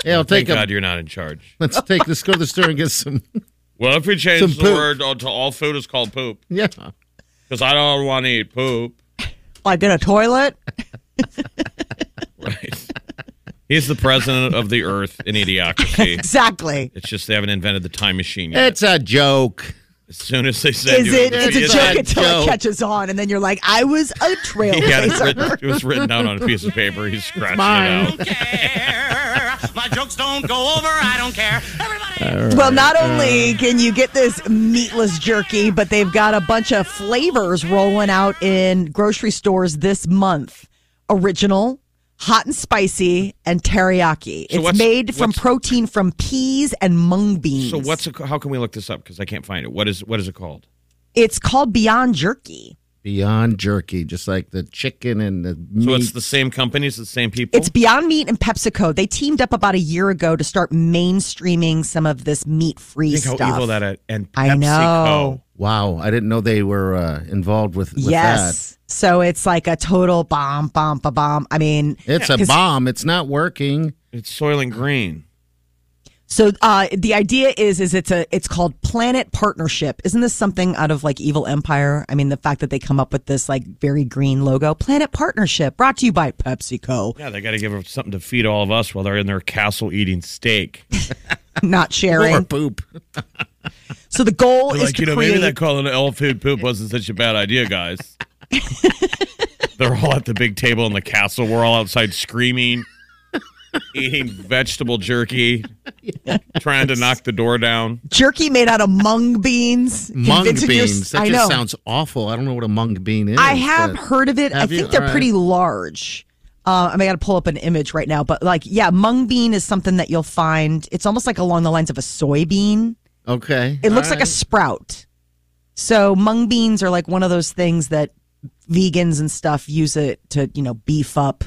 Speaker 5: Hey, I'll take
Speaker 4: Thank
Speaker 5: a.
Speaker 4: God you're not in charge.
Speaker 5: Let's take this. Go to the store and get some.
Speaker 4: Well, if we
Speaker 5: Some
Speaker 4: change the
Speaker 5: poop.
Speaker 4: word uh, to all food is called poop,
Speaker 5: Yeah.
Speaker 4: because I don't want to eat poop.
Speaker 3: like in a toilet.
Speaker 4: Right. He's the president of the earth in idiocracy.
Speaker 3: Exactly.
Speaker 4: It's just they haven't invented the time machine yet.
Speaker 5: It's a joke.
Speaker 4: as soon as they said
Speaker 3: Is
Speaker 4: you
Speaker 3: it?
Speaker 4: were
Speaker 3: It's a
Speaker 4: idiot,
Speaker 3: joke
Speaker 5: a
Speaker 3: until
Speaker 5: joke.
Speaker 3: it catches on, and then you're like, I was a
Speaker 4: He had it,
Speaker 3: trailblazer.
Speaker 4: written, it was written down on a piece of paper. He's scratching it
Speaker 5: mine.
Speaker 4: out.
Speaker 7: care. My jokes don't go over. I don't care. Everybody.
Speaker 3: Well, not only can you get this meatless jerky, but they've got a bunch of flavors rolling out in grocery stores this month. Original, hot and spicy, and teriyaki. it's
Speaker 4: what's-
Speaker 3: made from
Speaker 4: what's-
Speaker 3: protein from peas and mung beans.
Speaker 4: So what's it, how can we look this up? Because I can't find it. What is what is it called?
Speaker 3: it's called Beyond Jerky.
Speaker 5: Beyond jerky, just like the chicken and the meat.
Speaker 4: So it's the same company. It's the same people.
Speaker 3: It's Beyond Meat and PepsiCo. They teamed up about a year ago to start mainstreaming some of this meat-free
Speaker 4: Think how
Speaker 3: stuff.
Speaker 4: evil that is. And PepsiCo.
Speaker 3: I know.
Speaker 5: wow. I didn't know they were uh, involved with, with
Speaker 3: yes. So it's like a total bomb, bomb, ba bomb. I mean,
Speaker 5: that. It's a
Speaker 3: 'cause-
Speaker 5: bomb. It's not working.
Speaker 4: It's Soylent Green.
Speaker 3: So uh, the idea is is it's a it's called Planet Partnership. Isn't this something out of like Evil Empire? I mean, the fact that they come up with this like very green logo, Planet Partnership, brought to you by PepsiCo.
Speaker 4: Yeah, they got to give them something to feed all of us while they're in their castle eating steak.
Speaker 3: Not
Speaker 5: Or
Speaker 3: sharing.
Speaker 5: poop.
Speaker 3: So the goal is
Speaker 4: like
Speaker 3: to
Speaker 4: you know,
Speaker 3: create.
Speaker 4: maybe that calling it all food poop wasn't such a bad idea, guys. They're all at the big table in the castle. We're all outside screaming, eating vegetable jerky, trying to knock the door down.
Speaker 3: jerky made out of mung beans.
Speaker 5: Mung
Speaker 3: Convincing your-
Speaker 5: beans. that
Speaker 3: I know.
Speaker 5: just sounds awful. I don't know what a mung bean is.
Speaker 3: I have
Speaker 5: but-
Speaker 3: heard of it. I
Speaker 5: Have you?
Speaker 3: think they're
Speaker 5: All right.
Speaker 3: pretty large. Uh, I mean, I got to pull up an image right now, but like, yeah, mung bean is something that you'll find. It's almost like along the lines of a soybean.
Speaker 5: Okay.
Speaker 3: It looks like a sprout. So mung beans are like one of those things that vegans and stuff use it to, you know, beef up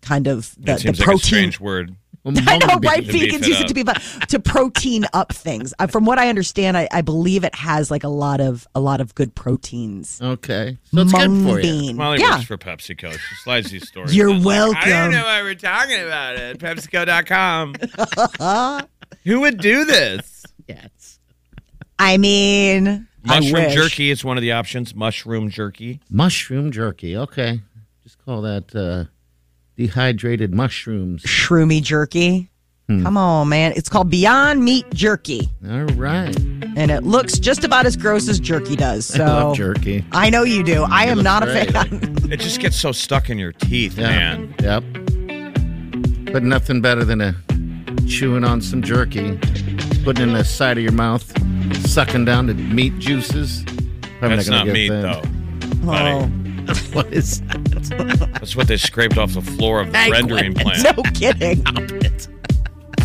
Speaker 3: kind of the,
Speaker 4: That
Speaker 3: the
Speaker 4: seems
Speaker 3: protein.
Speaker 4: like a strange word.
Speaker 3: I know,
Speaker 5: Mung
Speaker 3: right?
Speaker 5: bean.
Speaker 4: beef
Speaker 3: Vegans
Speaker 4: it
Speaker 3: use it
Speaker 4: up.
Speaker 3: to be fun, to protein up things. Uh, from what I understand, I, I believe it has like a lot of a lot of good proteins.
Speaker 5: Okay, so it's good
Speaker 3: Mung
Speaker 5: for you.
Speaker 3: bean.
Speaker 4: Molly
Speaker 3: yeah,
Speaker 4: works for PepsiCo. She slides these stories.
Speaker 3: You're
Speaker 4: in. I don't
Speaker 3: welcome.
Speaker 4: know why we're talking about it. PepsiCo.com. Who would do this?
Speaker 5: Yes.
Speaker 3: I mean, I
Speaker 4: Mushroom
Speaker 3: wish.
Speaker 4: jerky is one of the options. Mushroom jerky.
Speaker 5: Mushroom jerky. Okay, just call that uh, dehydrated mushrooms.
Speaker 3: shroomy jerky.
Speaker 5: Hmm.
Speaker 3: Come on, man. It's called Beyond Meat Jerky,
Speaker 5: All right.
Speaker 3: and it looks just about as gross as jerky does. So
Speaker 5: I love jerky.
Speaker 3: I know you do. I am
Speaker 5: looks
Speaker 3: not a
Speaker 5: great.
Speaker 3: fan.
Speaker 4: It just gets so stuck in your teeth,
Speaker 5: Yeah.
Speaker 4: man.
Speaker 5: Yep. But nothing better than a chewing on some jerky, putting it in the side of your mouth, sucking down the meat juices. Probably
Speaker 4: That's
Speaker 5: gonna
Speaker 4: not
Speaker 5: get
Speaker 4: meat,
Speaker 5: thin.
Speaker 4: though.
Speaker 3: Oh,
Speaker 5: What is
Speaker 4: That's what they scraped off the floor of the rendering plant.
Speaker 3: no kidding.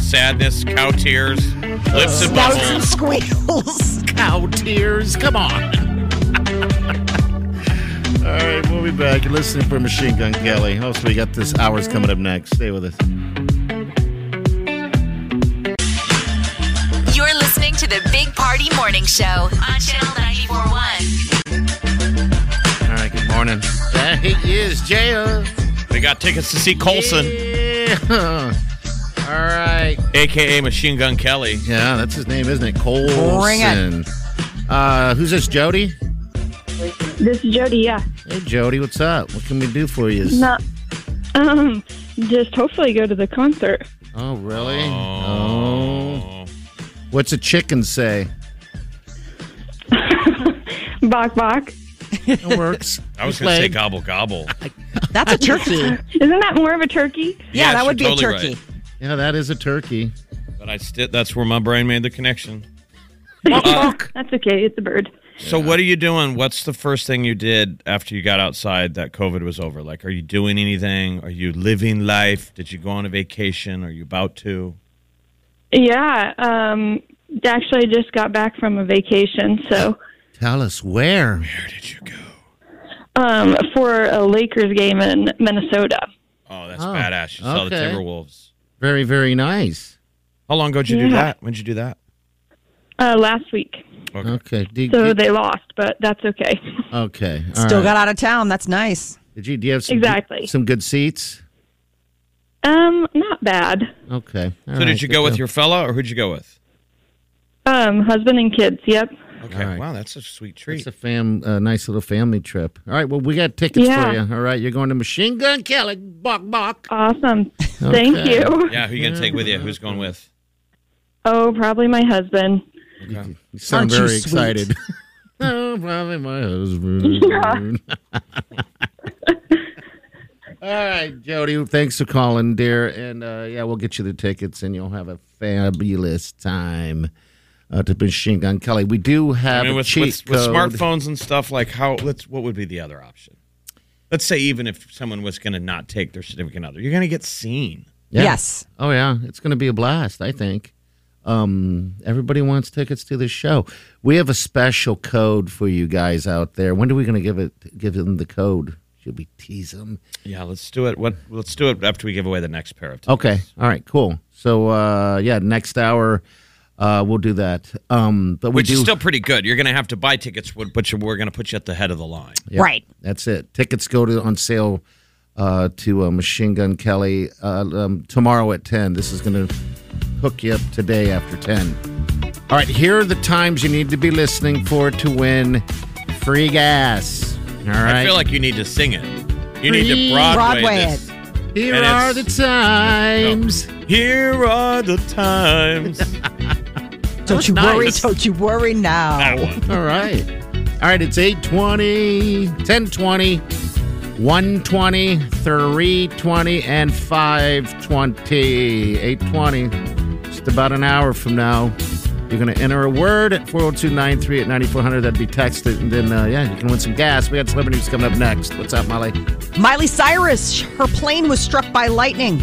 Speaker 4: Sadness, cow tears, lips and
Speaker 3: Spouts and
Speaker 4: bubbles.
Speaker 3: squeals.
Speaker 5: cow tears? Come on. All right, we'll be back. You're listening for Machine Gun Kelly. Also, we got this hours coming up next. Stay with us.
Speaker 2: You're listening to the Big Party Morning Show on Channel 941.
Speaker 5: All right, good morning. That is Jaya.
Speaker 4: They got tickets to see Colson,
Speaker 5: Yeah. All right.
Speaker 4: aka Machine Gun Kelly.
Speaker 5: Yeah, that's his name, isn't it? Colson.
Speaker 3: Bring it.
Speaker 5: Uh, who's this, Jody?
Speaker 8: This is Jody. Yeah.
Speaker 5: Hey, Jody, what's up? What can we do for you?
Speaker 8: No. Um. Just hopefully go to the concert.
Speaker 5: Oh, really? Oh. What's a chicken say?
Speaker 8: Bok bok.
Speaker 5: It works.
Speaker 4: I was going to say
Speaker 5: Leg.
Speaker 4: gobble gobble.
Speaker 3: That's a turkey. Yeah,
Speaker 8: Isn't that more of a turkey?
Speaker 4: Yeah,
Speaker 3: that would be
Speaker 4: you're
Speaker 3: a turkey.
Speaker 4: totally right.
Speaker 5: Yeah, that is a turkey.
Speaker 4: But I sti- that's where my brain made the connection.
Speaker 8: That's okay. It's a bird.
Speaker 4: So what are you doing? What's the first thing you did after you got outside that COVID was over? Like, are you doing anything? Are you living life? Did you go on a vacation? Are you about to?
Speaker 8: Yeah. Um. Actually, just got back from a vacation, so
Speaker 5: Tell us where.
Speaker 4: Where did you go?
Speaker 8: um, for a Lakers game in Minnesota.
Speaker 4: Oh, that's
Speaker 5: Oh,
Speaker 4: badass. You saw the
Speaker 5: okay.
Speaker 4: Timberwolves.
Speaker 5: Very, very nice.
Speaker 4: How long ago did you do
Speaker 8: Yeah.
Speaker 4: that? When did you do that?
Speaker 8: Uh, last week,
Speaker 5: Okay. Did,
Speaker 8: so
Speaker 5: did-
Speaker 8: they lost, but that's okay.
Speaker 5: okay. all
Speaker 3: Still
Speaker 5: right.
Speaker 3: got out of town. That's nice.
Speaker 5: Did you? Do you have some
Speaker 8: Exactly.
Speaker 5: some good seats?
Speaker 8: Um, not bad.
Speaker 5: Okay.
Speaker 4: So did you go with your fella or who'd you go with?
Speaker 8: Um, husband and kids. Yep.
Speaker 4: Okay.
Speaker 5: All right.
Speaker 4: Wow, that's a sweet treat.
Speaker 5: It's a fam, a nice little family trip. All right. Well, we got tickets
Speaker 8: Yeah.
Speaker 5: for you. All right. You're going to Machine Gun Kelly. Bok bok.
Speaker 8: Awesome. Thank
Speaker 5: Okay.
Speaker 8: you.
Speaker 4: yeah, who you gonna take with you? Who's going with?
Speaker 8: Oh, probably my husband.
Speaker 5: You sound
Speaker 3: Aren't you
Speaker 5: very
Speaker 3: sweet?
Speaker 5: excited. oh, probably my husband. All right, Jody. Thanks for calling, dear. And uh, yeah, we'll get you the tickets, and you'll have a fabulous time uh, to Machine Gun Kelly. We do
Speaker 4: I
Speaker 5: have
Speaker 4: mean,
Speaker 5: a
Speaker 4: with,
Speaker 5: cheat
Speaker 4: with, with
Speaker 5: code.
Speaker 4: smartphones and stuff, like how? Let's. What would be the other option? Let's say even if someone was going to not take their significant other, you're going to get seen.
Speaker 5: Yeah.
Speaker 3: Yes.
Speaker 5: Oh yeah, it's going to be a blast. I think. Um, everybody wants tickets to this show. We have a special code for you guys out there. When are we going to give it? Give them the code? Should we tease them?
Speaker 4: Yeah, let's do it. What? Let's do it after we give away the next pair of. Tickets.
Speaker 5: Okay. All right. Cool. So uh, yeah, next hour uh, we'll do that. Um, but we
Speaker 4: Which
Speaker 5: do.
Speaker 4: is still pretty good. You're going to have to buy tickets, but but you- we're going to put you at the head of the line.
Speaker 5: Yeah,
Speaker 3: Right.
Speaker 5: That's it. Tickets go to on sale uh, to uh, Machine Gun Kelly uh, um, tomorrow at ten. This is going to hook you up today after ten. All right. Here are the times you need to be listening for to win free gas. All right.
Speaker 4: I feel like you need to sing it. You need
Speaker 5: Free
Speaker 4: to Broadway,
Speaker 3: Broadway
Speaker 4: this.
Speaker 5: here
Speaker 4: and
Speaker 5: are the
Speaker 4: it's-
Speaker 5: times.
Speaker 4: Here are the times.
Speaker 3: Don't you worry.
Speaker 4: nice.
Speaker 3: Don't you worry now.
Speaker 4: that one.
Speaker 5: All right. All right, it's 820, 1020, 120, 320, and 520. 820, just about an hour from now. You're going to enter a word at 402 938 9400. That'd be texted. And then, uh, yeah, you can win some gas. We got celebrity news coming up next. What's up, Molly?
Speaker 3: Miley Cyrus, her plane was struck by lightning.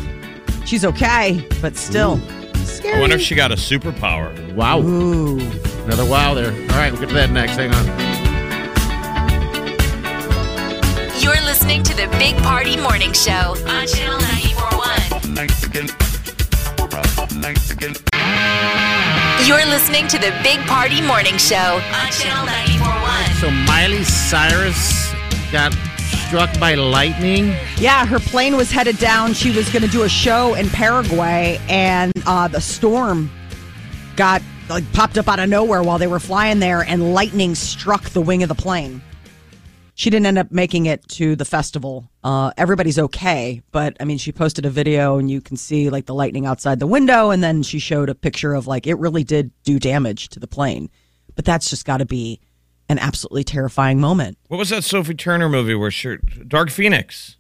Speaker 3: She's okay, but still scary.
Speaker 4: I wonder if she got a superpower.
Speaker 5: Wow.
Speaker 3: Ooh.
Speaker 5: Another wow there. All right, we'll get to that next. Hang on.
Speaker 2: You're listening to the Big Party Morning Show on Channel 941. You're listening to the Big Party Morning Show on Channel 941.
Speaker 5: So Miley Cyrus got struck by lightning.
Speaker 3: Yeah, her plane was headed down. She was going to do a show in Paraguay, and uh, the storm got like popped up out of nowhere while they were flying there, and lightning struck the wing of the plane. She didn't end up making it to the festival. Uh, everybody's okay, but I mean, she posted a video, and you can see like the lightning outside the window, and then she showed a picture of like it really did do damage to the plane. But that's just got to be an absolutely terrifying moment.
Speaker 4: What was that Sophie Turner movie where she, Dark Phoenix?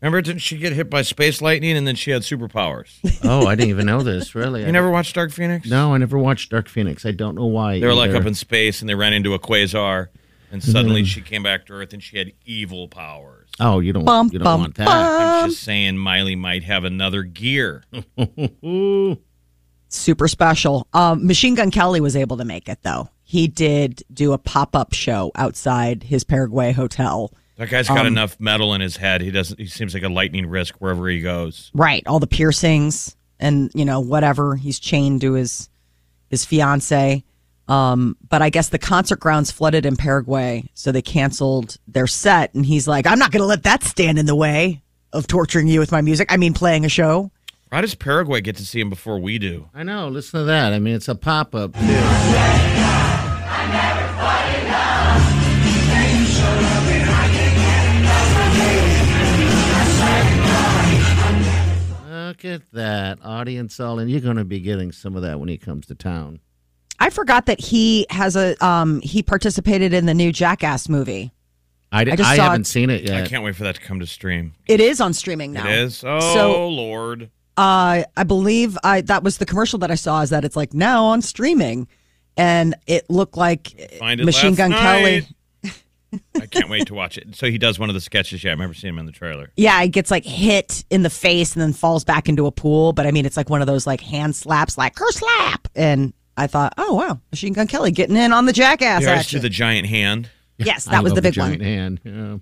Speaker 4: Remember, didn't she get hit by space lightning and then she had superpowers?
Speaker 5: Oh, I didn't even know this. Really,
Speaker 4: You never watched Dark Phoenix?
Speaker 5: No, I never watched Dark Phoenix. I don't know why.
Speaker 4: They were like
Speaker 5: either.
Speaker 4: up in space and they ran into a quasar, and suddenly she came back to Earth and she had evil powers.
Speaker 5: Oh, you don't.
Speaker 3: Bum,
Speaker 5: you don't
Speaker 3: bum,
Speaker 5: want that.
Speaker 4: I'm
Speaker 3: Um,
Speaker 4: just saying, Miley might have another gear.
Speaker 5: Ooh.
Speaker 3: super special. Um, Machine Gun Kelly was able to make it though. He did do a pop up show outside his Paraguay hotel.
Speaker 4: That guy's
Speaker 3: Um,
Speaker 4: got enough metal in his head. He doesn't. He seems like a lightning risk wherever he goes.
Speaker 3: Right, all the piercings and you know whatever he's chained to his his fiance. Um, but I guess the concert grounds flooded in Paraguay, so they canceled their set. And he's like, "I'm not going to let that stand in the way of torturing you with my music. I mean, playing a show."
Speaker 4: How does Paraguay get to see him before we do?
Speaker 5: I know. Listen to that. I mean, it's a pop up. Look at that audience, all, and you're going to be getting some of that when he comes to town.
Speaker 3: I forgot that he has a um, he participated in the new Jackass movie.
Speaker 5: I, did,
Speaker 3: I just
Speaker 5: I,
Speaker 3: saw
Speaker 5: haven't
Speaker 3: it.
Speaker 5: seen it yet.
Speaker 4: I can't wait for that to come to stream.
Speaker 3: It is on streaming now.
Speaker 4: It is. Oh
Speaker 3: So-
Speaker 4: Lord.
Speaker 3: uh, I believe I that was the commercial that I saw is that it's like now on streaming, and it looked like uh,
Speaker 4: Find it
Speaker 3: Machine
Speaker 4: last
Speaker 3: Gun Kelly.
Speaker 4: night. I can't wait to watch it. So he does one of the sketches. Yeah, I remember seeing him in the trailer.
Speaker 3: Yeah, it gets like hit in the face and then falls back into a pool. But I mean, it's like one of those like hand slaps, like her slap. And I thought, oh wow, Machine Gun Kelly getting in on the jackass
Speaker 4: He always do
Speaker 3: action.
Speaker 4: the giant hand.
Speaker 3: yes,
Speaker 5: I
Speaker 3: that was
Speaker 5: love
Speaker 3: the big one.
Speaker 5: Oh, giant hand. Yeah.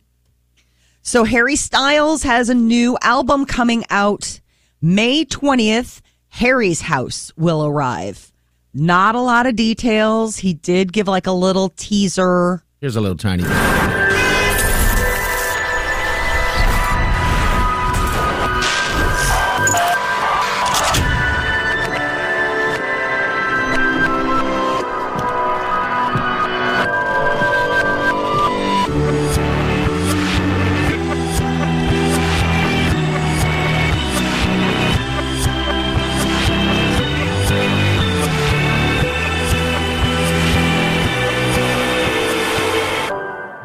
Speaker 3: So Harry Styles has a new album coming out May 20th. Harry's House will arrive. Not a lot of details. He did give like a little teaser.
Speaker 5: Here's a little tiny.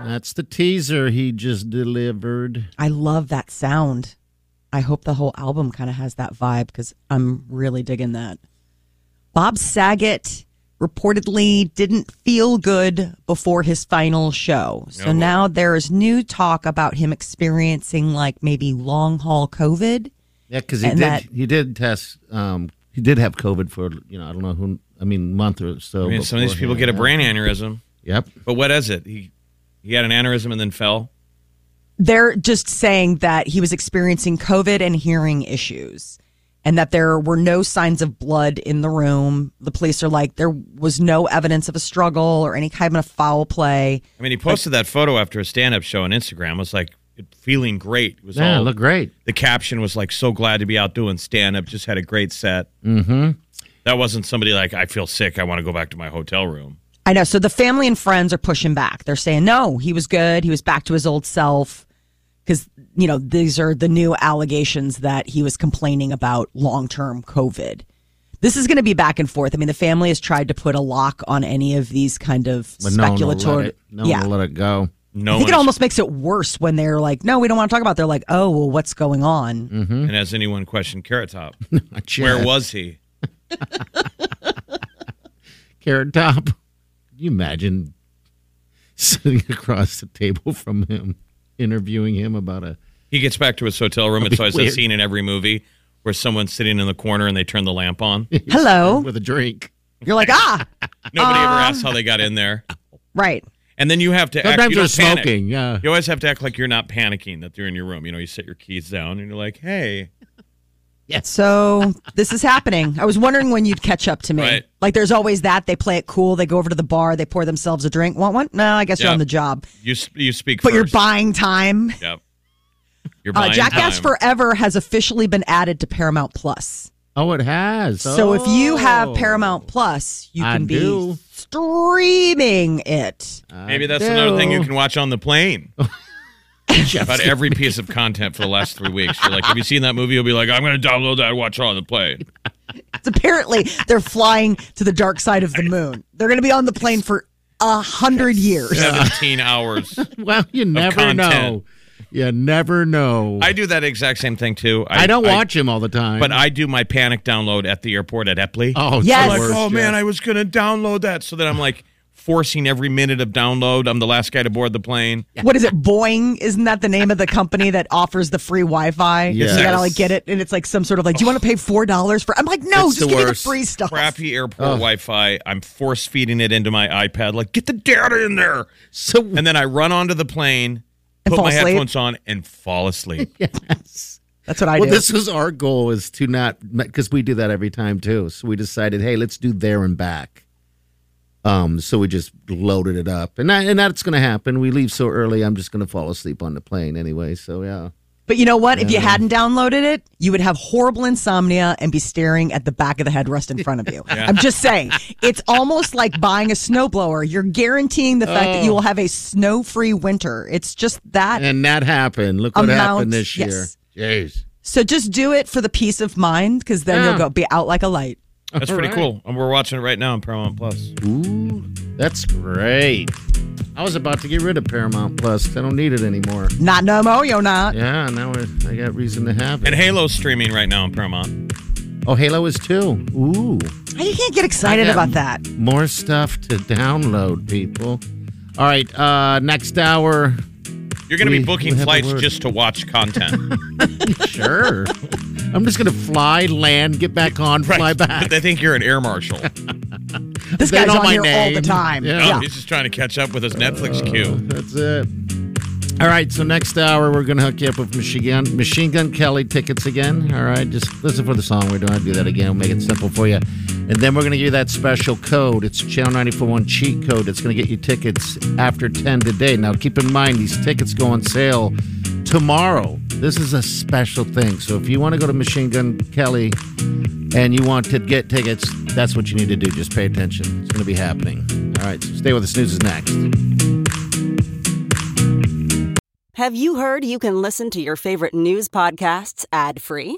Speaker 5: That's the teaser he just delivered.
Speaker 3: I love that sound. I hope the whole album kind of has that vibe because I'm really digging that. Bob Saget reportedly didn't feel good before his final show. So now there is new talk about him experiencing like maybe long haul COVID.
Speaker 5: Yeah, because he
Speaker 3: And
Speaker 5: did.
Speaker 3: that-
Speaker 5: he did test. Um, he did have COVID for you know I don't know who. I mean, month or so.
Speaker 4: I mean, some of these people get a brain aneurysm.
Speaker 5: Yep.
Speaker 4: But what is it? He he had an aneurysm and then fell.
Speaker 3: They're just saying that he was experiencing COVID and hearing issues and that there were no signs of blood in the room. The police are like, there was no evidence of a struggle or any kind of foul play.
Speaker 4: I mean, he posted that photo after a stand-up show on Instagram. It was like feeling great. It was
Speaker 5: Yeah,
Speaker 4: all
Speaker 5: look great.
Speaker 4: the caption was like so glad to be out doing stand up just had a great set mm-hmm. that wasn't somebody like i feel sick i want to go back to my hotel room
Speaker 3: I know. So the family and friends are pushing back. They're saying, no, he was good. He was back to his old self. Because, you know, these are the new allegations that he was complaining about long term COVID. This is going to be back and forth. I mean, the family has tried to put a lock on any of these kind of
Speaker 5: But no one will
Speaker 3: speculative.
Speaker 5: let it. No one
Speaker 3: yeah.
Speaker 5: will let it go.
Speaker 4: no
Speaker 3: I think
Speaker 4: one
Speaker 3: it
Speaker 4: is-
Speaker 3: almost makes it worse when they're like, no, we don't want to talk about it. They're like, oh, well, what's going on?
Speaker 5: Mm.
Speaker 4: and has anyone questioned carrot top
Speaker 5: Not
Speaker 4: where
Speaker 5: yet.
Speaker 4: was he
Speaker 5: Carrot Top? Can you imagine sitting across the table from him, interviewing him about a.
Speaker 4: he gets back to his hotel room it's always that
Speaker 5: weird.
Speaker 4: scene in every movie where someone's sitting in the corner and they turn the lamp on nobody
Speaker 3: Hello.
Speaker 5: With a drink.
Speaker 3: You're like, ah,
Speaker 4: ever asks how they got in there
Speaker 3: right.
Speaker 4: and then you have to act,
Speaker 5: Sometimes
Speaker 4: you
Speaker 5: they're
Speaker 4: don't panic.
Speaker 5: smoking. Yeah.
Speaker 4: you always have to act like you're not panicking that they're in your room you know you set your keys down and you're like hey
Speaker 3: So this is happening. I was wondering when you'd catch up to me.
Speaker 1: Right.
Speaker 3: Like there's always that. They play it cool. They go over to the bar. They pour themselves a drink. Want one? No, I guess you're
Speaker 1: Yeah.
Speaker 3: on the job.
Speaker 4: You s- you speak,
Speaker 3: But you you're
Speaker 4: first.
Speaker 3: buying time.
Speaker 1: Yep. You're
Speaker 3: Uh,
Speaker 1: buying
Speaker 3: Jackass
Speaker 1: time.
Speaker 3: Forever has officially been added to Paramount Plus.
Speaker 5: Oh, it has.
Speaker 3: So if you have
Speaker 5: Oh.
Speaker 3: Paramount Plus, you
Speaker 5: I
Speaker 3: can be
Speaker 5: do.
Speaker 3: streaming it.
Speaker 5: I
Speaker 4: Maybe that's another thing you
Speaker 5: do.
Speaker 4: can watch on the plane. About every piece of content for the last three weeks. You're like, have you seen that movie? You'll be like, I'm going to download that and watch it on the plane.
Speaker 3: It's apparently they're flying to the dark side of the moon. They're going to be on the plane for a hundred years.
Speaker 4: 17 hours.
Speaker 5: Well, you never
Speaker 4: content.
Speaker 5: know. You never know.
Speaker 4: I do that exact same thing, too.
Speaker 5: I don't watch him all the time.
Speaker 4: But I do my panic download at the airport at Epley.
Speaker 5: Oh, it's
Speaker 3: Yes.
Speaker 5: the
Speaker 4: I'm like,
Speaker 5: worst,
Speaker 4: oh
Speaker 5: yeah.
Speaker 4: man, I was gonna download that. So then I'm like forcing every minute of download. I'm the last guy to board the plane.
Speaker 3: What is it? Boeing? Isn't that the name of the company that offers the free Wi-Fi? You gotta
Speaker 5: Yes.
Speaker 3: like get it, and it's like some sort of like, do you want to pay four dollars for? I'm like, no,
Speaker 5: It's
Speaker 3: just
Speaker 5: the
Speaker 3: give me the
Speaker 5: worst.
Speaker 3: free stuff.
Speaker 4: Crappy airport Wi-Fi. I'm force feeding it into my iPad. Like, get the data in there.
Speaker 5: So
Speaker 4: And then I run onto the plane,
Speaker 3: And
Speaker 4: put
Speaker 3: fall
Speaker 4: my
Speaker 3: asleep.
Speaker 4: headphones on, and fall asleep.
Speaker 3: That's what I
Speaker 5: well,
Speaker 3: do.
Speaker 5: this was our goal is to not because we do that every time too. So we decided, hey, let's do there and back. Um, so we just loaded it up, and that, and that's going to happen. We leave so early, I'm just going to fall asleep on the plane anyway. So yeah,
Speaker 3: but you know what? If you hadn't downloaded it, you would have horrible insomnia and be staring at the back of the headrest in front of you. I'm just saying, it's almost like buying a snowblower. You're guaranteeing the fact
Speaker 5: Oh.
Speaker 3: that you will have a snow-free winter. It's just that
Speaker 5: and that happened. Look what
Speaker 3: Amount,
Speaker 5: happened this year.
Speaker 3: yes.
Speaker 5: Jeez,
Speaker 3: So just do it for the peace of mind, because then you'll
Speaker 5: Yeah.
Speaker 3: go be out like a light.
Speaker 4: That's
Speaker 5: All
Speaker 4: pretty
Speaker 5: right.
Speaker 4: cool. And we're watching it right now on Paramount Plus.
Speaker 5: Ooh, that's great. I was about to get rid of Paramount Plus. I don't need it anymore.
Speaker 3: Not no more, you're not.
Speaker 5: Yeah, now I- I got reason to have
Speaker 4: And
Speaker 5: it.
Speaker 4: Halo's streaming right now on Paramount.
Speaker 5: Oh, Halo is too. Ooh.
Speaker 3: You can't get excited
Speaker 5: Yeah.
Speaker 3: about that.
Speaker 5: more stuff to download, people. All right, uh, next hour.
Speaker 4: You're gonna
Speaker 5: We-
Speaker 4: be
Speaker 5: we
Speaker 4: booking
Speaker 5: have a
Speaker 4: flights
Speaker 5: word.
Speaker 4: just to watch content.
Speaker 5: Sure. I'm just going to fly, land, get back on, fly
Speaker 4: But
Speaker 5: back.
Speaker 4: they think you're an air marshal.
Speaker 3: This
Speaker 5: They
Speaker 3: guy's
Speaker 5: know
Speaker 3: on
Speaker 5: my
Speaker 3: here all the
Speaker 5: name.
Speaker 3: time.
Speaker 5: Yeah.
Speaker 4: Oh,
Speaker 3: Yeah.
Speaker 4: He's just trying to catch up with his Netflix queue.
Speaker 5: That's it. All right, so next hour we're going to hook you up with Machine Gun, Machine Gun Kelly tickets again. All right, just listen for the song. We're doing do that again. We'll make it simple for you. And then we're going to give you that special code. It's Channel 941 cheat code. It's going to get you tickets after 10 today. Now, keep in mind, these tickets go on sale tomorrow. This is a special thing. So if you want to go to Machine Gun Kelly and you want to get tickets, that's what you need to do. Just pay attention. It's going to be happening. All right, so stay with us. News is next.
Speaker 9: Have you heard you can listen to your favorite news podcasts ad free?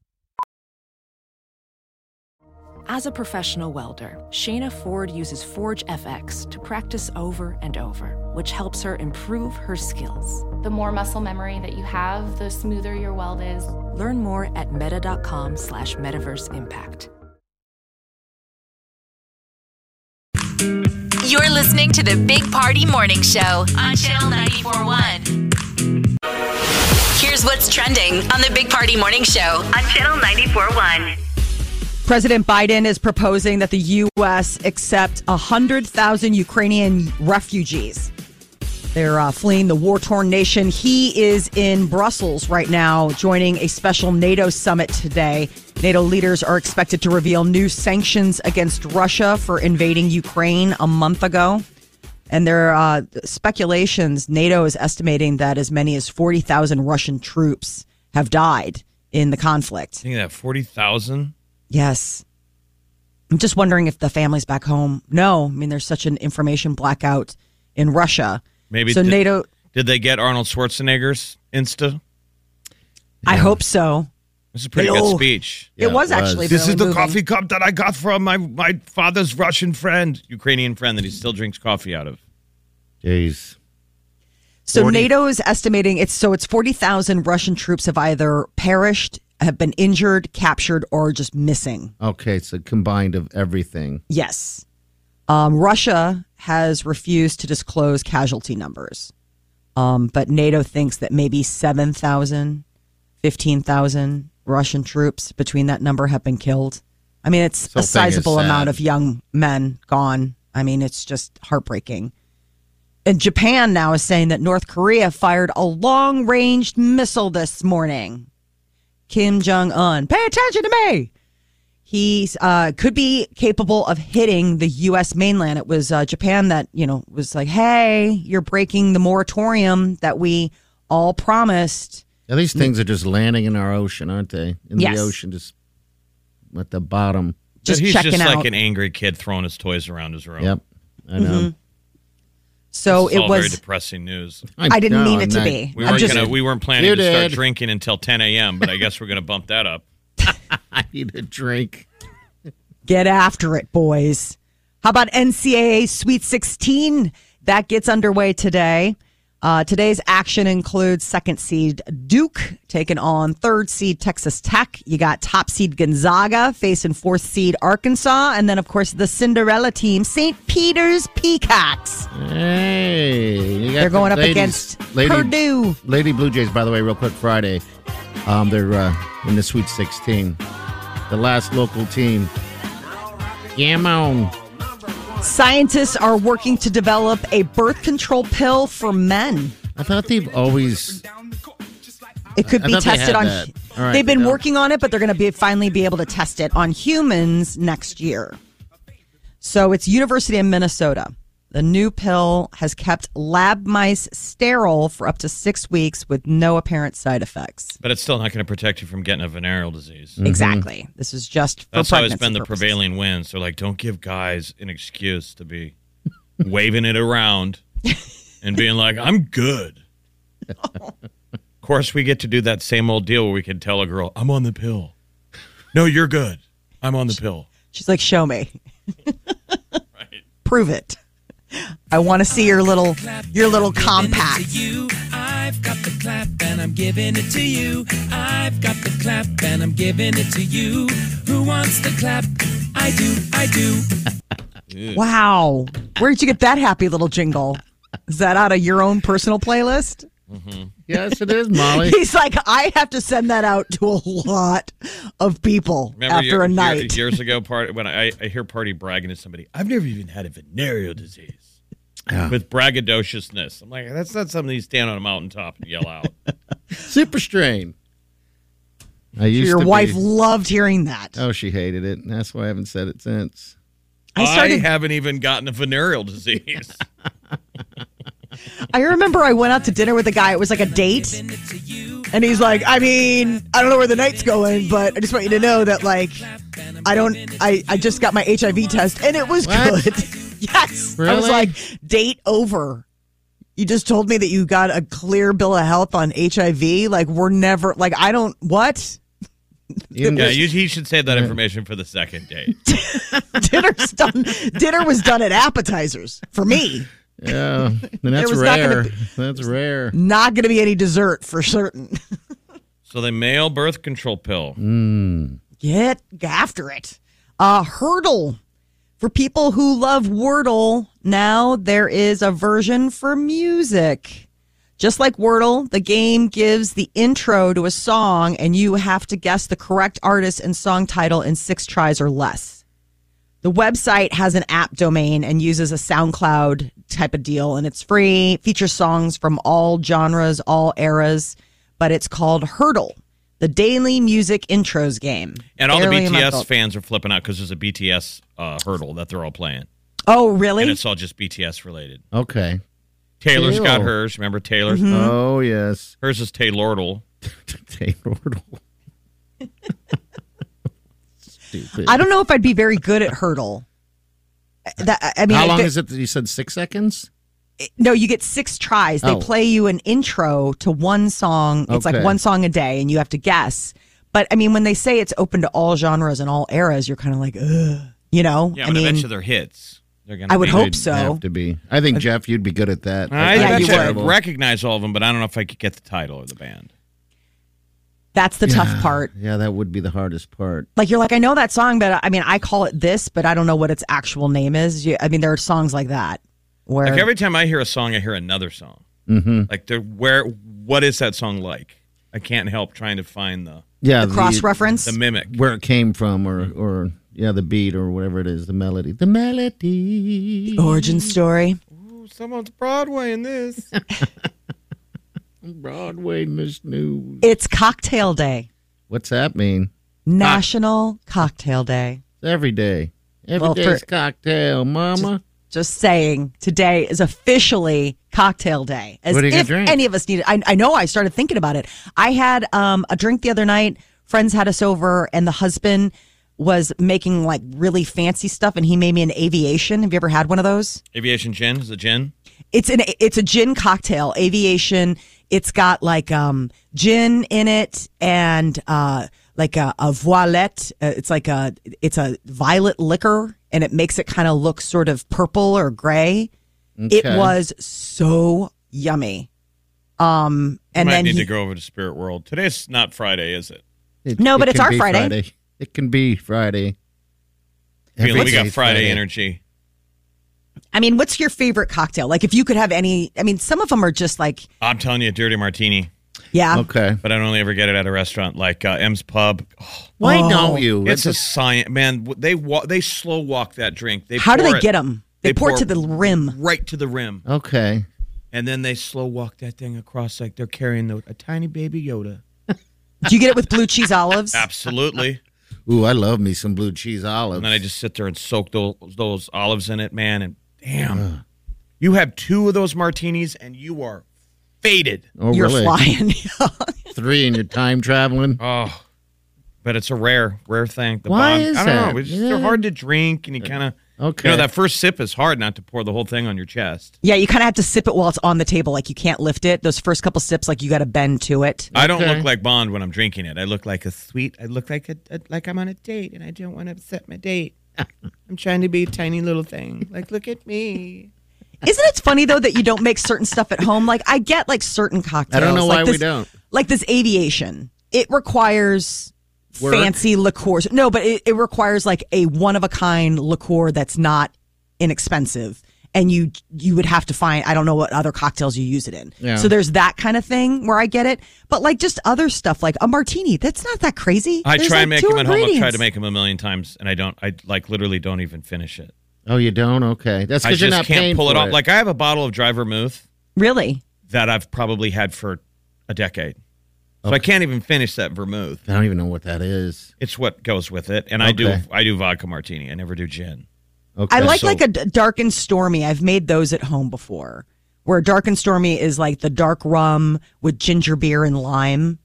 Speaker 10: As a professional welder, Shayna Ford uses Forge FX to practice over and over, which helps her improve her skills.
Speaker 9: The more muscle memory that you have, the smoother your weld is.
Speaker 10: Learn more at meta.com slash metaverse impact.
Speaker 2: You're listening to the Big Party Morning Show on Channel 941. Here's what's trending on the Big Party Morning Show on Channel 941.
Speaker 3: President Biden is proposing that the U.S. accept 100,000 Ukrainian refugees. They're uh, fleeing the war torn nation. He is in Brussels right now, joining a special NATO summit today. NATO leaders are expected to reveal new sanctions against Russia for invading Ukraine a month ago. And there are uh, speculations. NATO is estimating that as many as 40,000 Russian troops have died in the conflict.
Speaker 4: Think of that forty thousand.
Speaker 3: Yes. I'm just wondering if the family's back home. No, I mean there's such an information blackout in Russia.
Speaker 4: Maybe
Speaker 3: so
Speaker 4: the-
Speaker 3: NATO.
Speaker 4: Did they get Arnold Schwarzenegger's Insta?
Speaker 3: I hope so.
Speaker 4: This is a pretty
Speaker 3: Hello.
Speaker 4: good speech.
Speaker 3: it was
Speaker 5: it was.
Speaker 3: actually.
Speaker 4: This
Speaker 3: really
Speaker 4: is the
Speaker 3: moving.
Speaker 4: coffee cup that I got from my, my father's Russian friend, Ukrainian friend that he still drinks coffee out of.
Speaker 5: Jeez.
Speaker 3: So
Speaker 4: 40.
Speaker 3: NATO is estimating it's so it's forty thousand Russian troops have either perished, have been injured, captured, or just missing.
Speaker 5: Okay, so combined of everything.
Speaker 3: Yes. Um, Russia has refused to disclose casualty numbers, um, but NATO thinks that maybe 7,000, 15,000 Russian troops between that number have been killed. I mean, it's a
Speaker 5: whole thing is
Speaker 3: sizable
Speaker 5: sad.
Speaker 3: amount of young men gone. I mean, it's just heartbreaking. And Japan now is saying that North Korea fired a long range missile this morning. Kim Jong un, pay attention to me. He uh, could be capable of hitting the U.S. mainland. It was uh, Japan that, you know, was like, hey, you're breaking the moratorium that we all promised.
Speaker 5: Yeah, these things are just landing in our ocean, aren't they? In
Speaker 3: Yes.
Speaker 5: the ocean, just at the bottom.
Speaker 3: Just
Speaker 4: he's
Speaker 3: checking
Speaker 4: just
Speaker 3: out.
Speaker 4: like an angry kid throwing his toys around his room.
Speaker 5: Yep, I know.
Speaker 3: Mm-hmm. So
Speaker 4: It's
Speaker 3: Oh, it
Speaker 4: all very
Speaker 3: was.
Speaker 4: depressing news.
Speaker 3: I didn't
Speaker 5: know,
Speaker 3: mean
Speaker 5: I'm
Speaker 3: it to
Speaker 5: not-
Speaker 3: be.
Speaker 4: We
Speaker 3: I'm
Speaker 4: weren't
Speaker 3: just-
Speaker 4: gonna. We weren't planning
Speaker 5: You
Speaker 4: to
Speaker 5: did.
Speaker 4: start drinking until 10 a.m., but I guess we're gonna bump that up.
Speaker 5: I need a drink.
Speaker 3: Get after it, boys. How about NCAA Sweet 16? That gets underway today. Uh, today's action includes second seed Duke taking on third seed Texas Tech. You got top seed Gonzaga facing fourth seed Arkansas. And then, of course, the Cinderella team, St. Peter's Peacocks.
Speaker 5: Hey, you got
Speaker 3: They're
Speaker 5: the
Speaker 3: going up
Speaker 5: ladies-
Speaker 3: against Purdue.
Speaker 5: Lady Blue Jays, by the way, real quick, Friday. Um, they're uh, in the Sweet 16. The last local team. Yeah, man.
Speaker 3: Scientists are working to develop a birth control pill for men.
Speaker 5: I thought they've always.
Speaker 3: It could
Speaker 5: I
Speaker 3: be
Speaker 5: thought they
Speaker 3: tested
Speaker 5: had
Speaker 3: on.
Speaker 5: that. All right,
Speaker 3: they've been
Speaker 5: they don't.
Speaker 3: working on it, but they're going to be finally be able to test it on humans next year. So it's University of Minnesota. The new pill has kept lab mice sterile for up to six weeks with no apparent side effects.
Speaker 4: But it's still not gonna protect you from getting a venereal disease.
Speaker 3: Exactly. This is just for
Speaker 4: That's always
Speaker 3: Mm. pregnancy
Speaker 4: been the
Speaker 3: purposes.
Speaker 4: prevailing winds. They're like, don't give guys an excuse to be waving it around and being like, I'm good. of course, we get to do that same old deal where we can tell a girl, I'm on the pill. No, you're good. I'm on the pill.
Speaker 3: She's like, "Show me, prove it. I want to see your little your little compact."
Speaker 11: I've got the clap and I'm giving it to you. I've got the clap and I'm giving it to you. Who wants the clap? I do, I do.
Speaker 3: Wow. Where did you get that happy little jingle? Is that out of your own personal playlist?
Speaker 5: Yes, it is, Molly.
Speaker 3: He's like, I have to send that out to a lot of people
Speaker 4: Remember
Speaker 3: after
Speaker 4: year-
Speaker 3: a
Speaker 4: year-
Speaker 3: night.
Speaker 4: years ago, part when I, I hear party bragging to somebody, I've never even had a venereal disease with braggadociousness. I'm like, that's not something you stand on a mountaintop and yell out.
Speaker 5: Super strain. I used
Speaker 3: Your
Speaker 5: to
Speaker 3: wife
Speaker 5: be-
Speaker 3: loved hearing that.
Speaker 5: Oh, she hated it. and That's why I haven't said it since.
Speaker 3: I
Speaker 4: I
Speaker 3: started.
Speaker 4: haven't even gotten a venereal disease.
Speaker 3: I remember I went out to dinner with a guy. It was like a date, and he's like, "I mean, I don't know where the night's going, but I just want you to know that, like, I don't. I I just got my HIV test, and it was
Speaker 5: What?
Speaker 3: good. yes, I was
Speaker 5: Really?
Speaker 3: like, date over. You just told me that you got a clear bill of health on HIV. Like, we're never. Like, I don't. What?
Speaker 5: Even
Speaker 4: Yeah,
Speaker 5: just-
Speaker 4: you, he should save that information for the second date.
Speaker 3: dinner's done. Dinner was done at appetizers for me.
Speaker 5: yeah. And that's
Speaker 3: was not gonna
Speaker 5: rare.
Speaker 3: be-
Speaker 5: That's rare.
Speaker 3: Not going to be any dessert for certain.
Speaker 4: So the male birth control pill.
Speaker 3: Get after it. Uh, hurdle for people who love Wordle. Now there is a version for music. Just like Wordle, the game gives the intro to a song, and you have to guess the correct artist and song title in six tries or less. The website has an app domain and uses a SoundCloud type of deal, and it's free. Features songs from all genres, all eras, but it's called Hurdle, the daily music intros game.
Speaker 4: And all
Speaker 3: Barely
Speaker 4: the
Speaker 3: a month
Speaker 4: BTS
Speaker 3: old.
Speaker 4: fans are flipping out because there's a BTS uh, hurdle that they're all playing.
Speaker 3: Oh, really?
Speaker 4: And it's all just BTS related.
Speaker 5: Okay.
Speaker 4: Taylor's got
Speaker 5: Taylor.
Speaker 4: hers. Remember Taylor's?
Speaker 3: Mm-hmm.
Speaker 5: Oh, yes.
Speaker 4: Hers is Taylordle.
Speaker 5: Taylor Ordle. Stupid.
Speaker 3: I don't know if I'd be very good at Hurdle. That, I mean,
Speaker 5: How
Speaker 3: I
Speaker 5: long
Speaker 3: fi-
Speaker 5: is it? that You said six seconds.
Speaker 3: no, you get six tries. They
Speaker 5: Oh.
Speaker 3: play you an intro to one song. It's like
Speaker 5: Okay.
Speaker 3: one song a day, and you have to guess. But I mean, when they say it's open to all genres and all eras, you're kind of like, ugh, you know.
Speaker 4: Yeah,
Speaker 3: I
Speaker 4: but
Speaker 3: mean,
Speaker 4: eventually they're hits. They're gonna
Speaker 3: I would
Speaker 4: be-
Speaker 3: hope
Speaker 5: You'd
Speaker 3: so.
Speaker 5: Have to be. I think Jeff, you'd be good at that.
Speaker 4: I
Speaker 5: I'd
Speaker 3: Yeah,
Speaker 4: bet
Speaker 5: be
Speaker 3: you
Speaker 4: you I
Speaker 5: terrible.
Speaker 4: recognize all of them, but I don't know if I could get the title or the band.
Speaker 3: That's the tough part.
Speaker 5: Yeah, that would be the hardest part.
Speaker 3: Like you're like, I know that song, but I mean, I call it this, but I don't know what its actual name is. You, I mean, there are songs like that where
Speaker 4: Like every time I hear a song, I hear another song.
Speaker 5: Mm-hmm.
Speaker 4: Like there, where what is that song like? I can't help trying to find the
Speaker 5: Yeah,
Speaker 3: cross-reference?
Speaker 4: the mimic.
Speaker 5: where it came from, or or yeah, the beat or whatever it is, the melody, the melody,
Speaker 3: origin story.
Speaker 4: Ooh, someone's Broadway in this.
Speaker 5: Broadway Miss News.
Speaker 3: It's Cocktail Day,
Speaker 5: What's that mean?
Speaker 3: National Cocktail Day.
Speaker 5: Every day, every
Speaker 3: Well,
Speaker 5: day's
Speaker 3: for-
Speaker 5: cocktail, Mama.
Speaker 3: Just saying, today is officially Cocktail Day. As
Speaker 5: What are you gonna
Speaker 3: if
Speaker 5: drink?
Speaker 3: any of us needed. I, I know. I started thinking about it. I had um, a drink the other night. Friends had us over, and the husband was making like really fancy stuff, and he made me an aviation. Have you ever had one of those?
Speaker 4: Aviation Gin is it gin?
Speaker 3: It's an it's a gin cocktail, aviation. It's got like um gin in it and uh like a, a voilette. Uh, It's like a it's a violet liquor and it makes it kind of look sort of purple or gray.
Speaker 5: Okay.
Speaker 3: It was so yummy. Um and
Speaker 4: Might
Speaker 3: then
Speaker 4: need
Speaker 3: he-
Speaker 4: to go over to Spirit World. Today's not Friday, is it?
Speaker 5: It-
Speaker 3: No,
Speaker 5: it
Speaker 3: but it's
Speaker 5: can
Speaker 3: our
Speaker 5: be
Speaker 3: Friday.
Speaker 5: It can be Friday.
Speaker 4: Feeling
Speaker 5: Every
Speaker 4: we got
Speaker 5: day's
Speaker 4: Friday energy.
Speaker 3: I mean, what's your favorite cocktail? Like if you could have any I mean some of them are just like
Speaker 4: I'm telling you, dirty martini.
Speaker 3: yeah.
Speaker 5: Okay.
Speaker 4: But I don't only ever get it at a restaurant like uh, M's Pub. Oh,
Speaker 5: Why
Speaker 3: Oh.
Speaker 5: don't you?
Speaker 4: it's a
Speaker 5: That's
Speaker 4: science, man. w- They wa- they slow walk that drink. They
Speaker 3: How do
Speaker 4: pour
Speaker 3: they
Speaker 4: it
Speaker 3: get them? They,
Speaker 4: They
Speaker 3: pour, it
Speaker 4: pour-
Speaker 3: to the rim.
Speaker 4: right to the rim,
Speaker 5: a- okay.
Speaker 4: and then they slow walk that thing across like they're carrying the, a tiny baby Yoda.
Speaker 3: Do you get it with blue cheese olives?
Speaker 4: Absolutely.
Speaker 5: Ooh, I love me some blue cheese olives.
Speaker 4: And then I just sit there and soak those, those olives in it, man. And damn, you have two of those martinis and you are faded.
Speaker 5: oh,
Speaker 3: You're
Speaker 5: really?
Speaker 3: flying.
Speaker 5: Three and you're time traveling.
Speaker 4: Oh, but it's a rare, rare thing. The
Speaker 5: Why
Speaker 4: bond,
Speaker 5: is
Speaker 4: I don't
Speaker 5: that?
Speaker 4: know. It's just,
Speaker 5: Yeah.
Speaker 4: They're hard to drink, and you kind of,
Speaker 5: Okay.
Speaker 4: you know, that first sip is hard not to pour the whole thing on your chest.
Speaker 3: Yeah, you kind of have to sip it while it's on the table. Like you can't lift it. Those first couple sips, like you got to bend to it.
Speaker 4: I don't
Speaker 5: Okay.
Speaker 4: look like Bond when I'm drinking it. I look like a sweet. I look like a, a like I'm on a date, and I don't want to upset my date. I'm trying to be a tiny little thing. Like, look at me.
Speaker 3: Isn't it funny though that you don't make certain stuff at home? Like I get like certain cocktails.
Speaker 5: I don't know
Speaker 3: like
Speaker 5: why we
Speaker 3: this-
Speaker 5: don't.
Speaker 3: Like this aviation, it requires
Speaker 5: Work?
Speaker 3: fancy liqueurs. No, but it, it requires like a one of a kind liqueur that's not inexpensive, and you you would have to find. I don't know what other cocktails you use it in.
Speaker 5: Yeah.
Speaker 3: So there's that kind of thing where I get it, but like just other stuff like a martini. That's not that crazy.
Speaker 4: I
Speaker 3: There's,
Speaker 4: try
Speaker 3: like,
Speaker 4: and make
Speaker 3: two
Speaker 4: them at home. I've tried
Speaker 3: ingredients.
Speaker 4: to make them a million times, and I don't. I like literally don't even finish it.
Speaker 5: Oh, you don't? Okay. That's
Speaker 4: I
Speaker 5: because you're not
Speaker 4: just
Speaker 5: paying
Speaker 4: can't pull it
Speaker 5: for
Speaker 4: off. Like I have a bottle of dry vermouth
Speaker 3: really.
Speaker 4: that I've probably had for a decade, so I can't even finish that vermouth.
Speaker 5: I don't even know what that is.
Speaker 4: It's what goes with it, and I do.
Speaker 5: Okay.
Speaker 4: I do vodka martini. I never do gin.
Speaker 5: Okay.
Speaker 3: I like
Speaker 4: so-
Speaker 3: like a d- dark and stormy. I've made those at home before, where dark and stormy is like the dark rum with ginger beer and lime.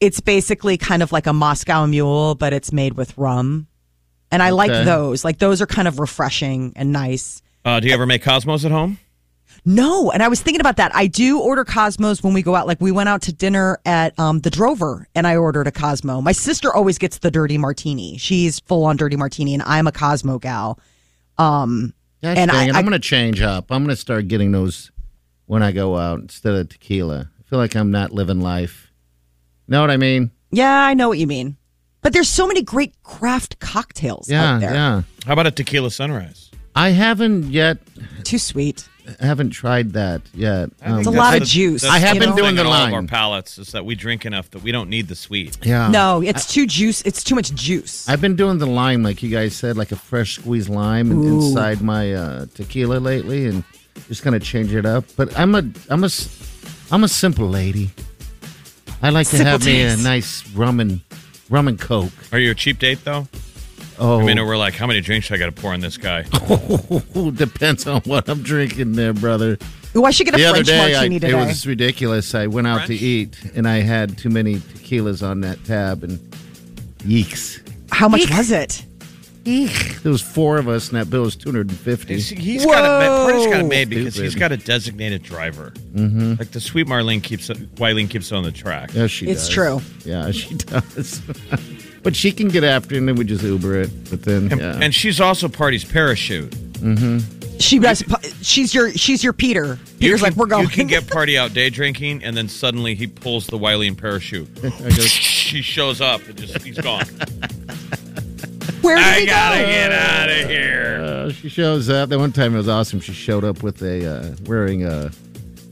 Speaker 3: It's basically kind of like a Moscow Mule, but it's made with rum, and I like
Speaker 5: Okay.
Speaker 3: those. Like those are kind of refreshing and nice.
Speaker 4: Uh, do you ever make Cosmos at home?
Speaker 3: No, and I was thinking about that. I do order Cosmos when we go out. Like we went out to dinner at um, the Drover, and I ordered a Cosmo. My sister always gets the dirty martini. She's full on dirty martini, and I'm a Cosmo gal. Um,
Speaker 5: Gosh
Speaker 3: and
Speaker 5: dang it,
Speaker 3: I,
Speaker 5: I'm going to change up. I'm going to start getting those when I go out instead of tequila. I feel like I'm not living life. Know what I mean?
Speaker 3: Yeah, I know what you mean. But there's so many great craft cocktails
Speaker 5: Yeah,
Speaker 3: out there.
Speaker 5: yeah.
Speaker 4: How about a tequila sunrise?
Speaker 5: I haven't yet.
Speaker 3: Too sweet.
Speaker 5: Haven't tried that yet. Um,
Speaker 3: It's a lot of juice.
Speaker 4: that's
Speaker 5: I have
Speaker 4: the
Speaker 5: been
Speaker 4: thing
Speaker 5: doing the
Speaker 4: on all of
Speaker 5: line.
Speaker 4: our palates is that we drink enough that we don't need the sweet.
Speaker 5: yeah.
Speaker 3: no, it's too juice. It's too much juice.
Speaker 5: I've been doing the lime, like you guys said, like a fresh squeezed lime in-
Speaker 3: Ooh.
Speaker 5: inside my uh, tequila lately, and just kind of change it up. But I'm a I'm a s- I'm a simple lady. I like to
Speaker 3: Simple
Speaker 5: have me a
Speaker 3: taste.
Speaker 5: nice rum and rum and coke.
Speaker 4: Are you a cheap date though?
Speaker 5: Oh,
Speaker 4: I mean, we're like, how many drinks I got to pour on this guy?
Speaker 5: depends on what I'm drinking there, brother.
Speaker 3: Ooh, I should get a
Speaker 5: the other
Speaker 3: French
Speaker 5: day, I,
Speaker 3: martini
Speaker 5: it
Speaker 3: today.
Speaker 5: was ridiculous. I went out to
Speaker 4: French?
Speaker 5: eat and I had too many tequilas on that tab, and yeeks.
Speaker 3: How much was it?
Speaker 5: There was four of us, and that bill was two hundred and fifty.
Speaker 4: He's, he's got it. ma- Party's got it made because
Speaker 5: Stupid.
Speaker 4: he's got a designated driver. Mm-hmm. Like the sweet Marlene keeps Wileen keeps on the track.
Speaker 5: Yeah, she
Speaker 3: It's
Speaker 5: does.
Speaker 3: true.
Speaker 5: Yeah, she does. but she can get after it, and then we just Uber it. But then,
Speaker 4: And,
Speaker 5: yeah.
Speaker 4: and she's also party's parachute.
Speaker 3: She was. She's your. She's your Peter. Peter's
Speaker 4: you can,
Speaker 3: like we're going.
Speaker 4: You can get party out day drinking, and then suddenly he pulls the Wileen parachute.
Speaker 5: I go,
Speaker 4: she shows up and just he's gone.
Speaker 3: Where did
Speaker 4: I
Speaker 3: he
Speaker 4: gotta
Speaker 3: go?
Speaker 4: get out of here.
Speaker 5: Uh, she shows up. That one time it was awesome. She showed up with a uh, wearing a,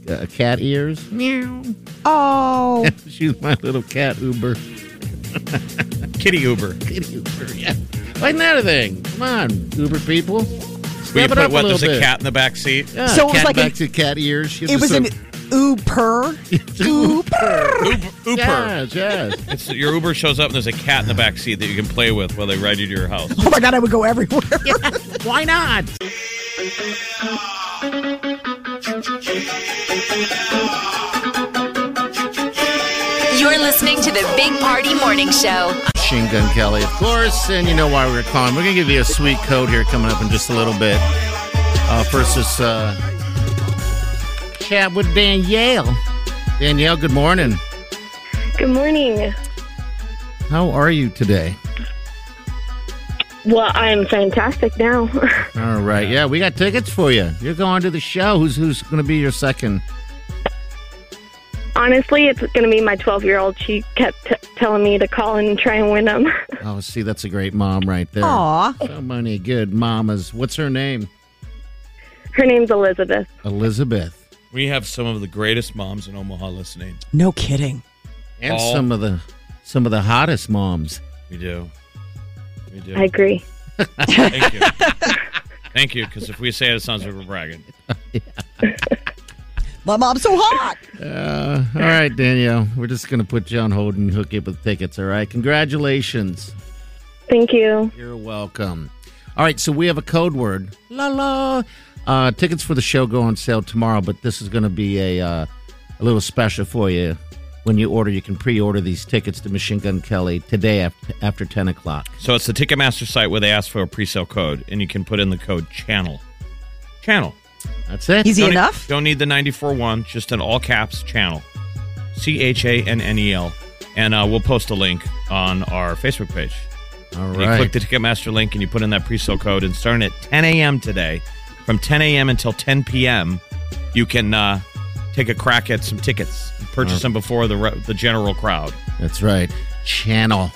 Speaker 5: a cat ears. Meow.
Speaker 3: Oh.
Speaker 5: She's my little cat Uber.
Speaker 4: Kitty Uber.
Speaker 5: Kitty Uber. Yeah. Like another thing. Come on, Uber people.
Speaker 4: We
Speaker 5: Step it
Speaker 4: put
Speaker 5: up
Speaker 4: what?
Speaker 5: a little
Speaker 4: There's
Speaker 5: bit.
Speaker 4: a cat in the back seat.
Speaker 5: Yeah,
Speaker 3: So it was
Speaker 5: cat
Speaker 3: like
Speaker 5: back
Speaker 3: an-
Speaker 5: to cat ears. She
Speaker 3: It was an
Speaker 5: just
Speaker 3: ooper. Ooper.
Speaker 4: Uber.
Speaker 5: Yes, yes.
Speaker 4: It's, your Uber shows up and there's a cat in the back seat that you can play with while they ride you to your house.
Speaker 3: Oh my God, I would go everywhere.
Speaker 5: Why not?
Speaker 2: You're listening to the Big Party Morning Show.
Speaker 5: Machine Gun Kelly, of course, and you know why we're calling. We're gonna give you a sweet code here coming up in just a little bit. Uh, first, this uh, chat with Danielle. Danielle, good morning.
Speaker 8: Good morning.
Speaker 5: How are you today?
Speaker 8: Well, I'm fantastic now.
Speaker 5: All right, yeah, we got tickets for you. You're going to the show. Who's who's gonna be your second?
Speaker 8: Honestly, it's going to be my 12 year old. She kept t- telling me to call and try and win them.
Speaker 5: Oh, see, that's a great mom right there.
Speaker 3: Aw.
Speaker 5: So many good mamas. What's her name?
Speaker 8: Her name's Elizabeth.
Speaker 5: Elizabeth.
Speaker 4: We have some of the greatest moms in Omaha listening.
Speaker 3: No kidding.
Speaker 5: And
Speaker 4: All-
Speaker 5: some of the some of the hottest moms.
Speaker 4: We do. We do.
Speaker 8: I agree.
Speaker 4: Thank you. Thank you, because if we say it, it sounds like we're bragging.
Speaker 3: My mom's so hot.
Speaker 5: Uh, all right, Danielle. We're just going to put you on hold and hook you up with tickets. All right. Congratulations.
Speaker 8: Thank you.
Speaker 5: You're welcome. All right. So we have a code word. La la. Uh, tickets for the show go on sale tomorrow, but this is going to be a uh, a little special for you. When you order, you can pre-order these tickets to Machine Gun Kelly today after, after ten o'clock.
Speaker 4: So it's the Ticketmaster site where they ask for a pre-sale code, and you can put in the code channel. Channel.
Speaker 5: That's it.
Speaker 3: Easy
Speaker 4: Don't need-
Speaker 3: enough.
Speaker 4: don't need the 94.1, just in all caps, channel. C H A N N E L. And uh, we'll post a link on our Facebook page.
Speaker 5: All
Speaker 4: And You click
Speaker 5: right.
Speaker 4: the Ticketmaster link and you put in that pre sale code. And starting at 10 a.m. today, from 10 a.m. until 10 p.m., you can uh, take a crack at some tickets and purchase them before the, re- the general crowd.
Speaker 5: That's right. Channel.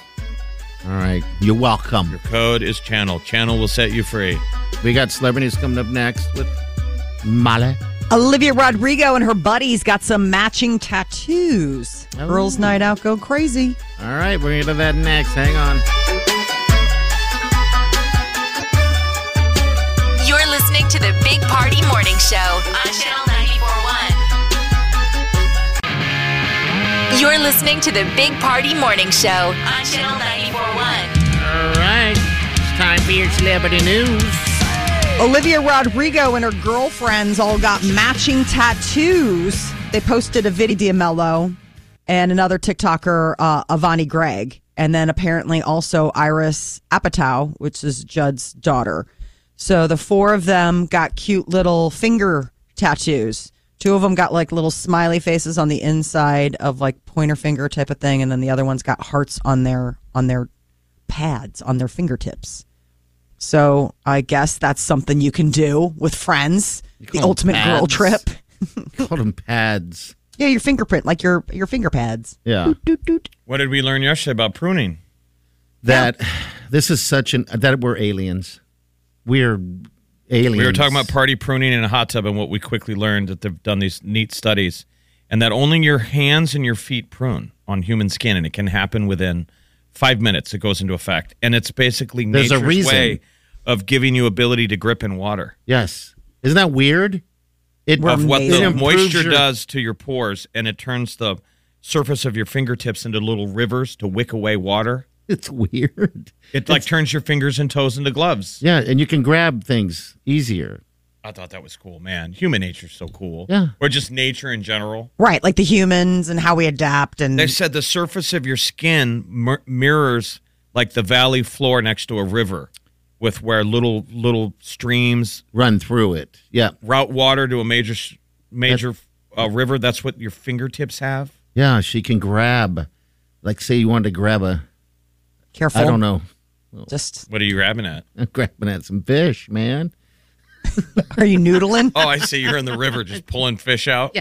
Speaker 5: All right. You're welcome.
Speaker 4: Your code is channel. Channel will set you free.
Speaker 5: We got celebrities coming up next with Mala.
Speaker 3: Olivia Rodrigo and her buddies got some matching tattoos.
Speaker 5: Oh.
Speaker 3: Girls' night out go crazy.
Speaker 5: All right, we're gonna do that next. Hang on.
Speaker 2: You're listening to the Big Party Morning Show on Channel 941. You're listening to the Big Party Morning Show on Channel 941.
Speaker 5: All right, it's time for your celebrity news.
Speaker 3: Olivia Rodrigo and her girlfriends all got matching tattoos. They posted a video Mello and another TikToker, uh, Avani Gregg, and then apparently also Iris Apatow, which is Judd's daughter. So the four of them got cute little finger tattoos. Two of them got like little smiley faces on the inside of like pointer finger type of thing, and then the other one's got hearts on their on their pads on their fingertips. So I guess that's something you can do with friends. The
Speaker 5: call
Speaker 3: ultimate
Speaker 5: them
Speaker 3: girl
Speaker 5: pads.
Speaker 3: trip.
Speaker 5: Call them pads.
Speaker 3: Yeah, your fingerprint, like your your finger pads.
Speaker 5: Yeah,
Speaker 3: Doot, doot.
Speaker 4: What did we learn yesterday about pruning?
Speaker 5: that this is such an that we're aliens. We're aliens.
Speaker 4: We were talking about party pruning in a hot tub, and what we quickly learned that they've done these neat studies, and that only your hands and your feet prune on human skin, and it can happen within five minutes. It goes into effect, and it's basically
Speaker 5: There's a
Speaker 4: nature's
Speaker 5: reason.
Speaker 4: way of giving you ability to grip in water
Speaker 5: yes. Isn't that weird? It
Speaker 3: We're
Speaker 4: of what
Speaker 3: amazing.
Speaker 4: the
Speaker 5: It improves
Speaker 4: moisture
Speaker 5: your-
Speaker 4: does to your pores, and it turns the surface of your fingertips into little rivers to wick away water.
Speaker 5: It's weird.
Speaker 4: It like turns your fingers and toes into gloves.
Speaker 5: Yeah, and you can grab things easier.
Speaker 4: I thought that was cool, man. Human nature's so cool.
Speaker 5: Yeah.
Speaker 4: Or just nature in general.
Speaker 3: Right, like the humans and how we adapt and
Speaker 4: They said the surface of your skin mir- mirrors like the valley floor next to a river, with where little little streams
Speaker 5: Run through it. Yeah,
Speaker 4: route water to a major s- major uh, river. That's what your fingertips have.
Speaker 5: yeah. She can grab, like, say you wanted to grab a.
Speaker 3: careful.
Speaker 5: I don't know,
Speaker 3: Just
Speaker 4: What are you grabbing at?
Speaker 5: grabbing at some fish, man.
Speaker 3: are you noodling?
Speaker 4: Oh, I see. You're in the river, just pulling fish out.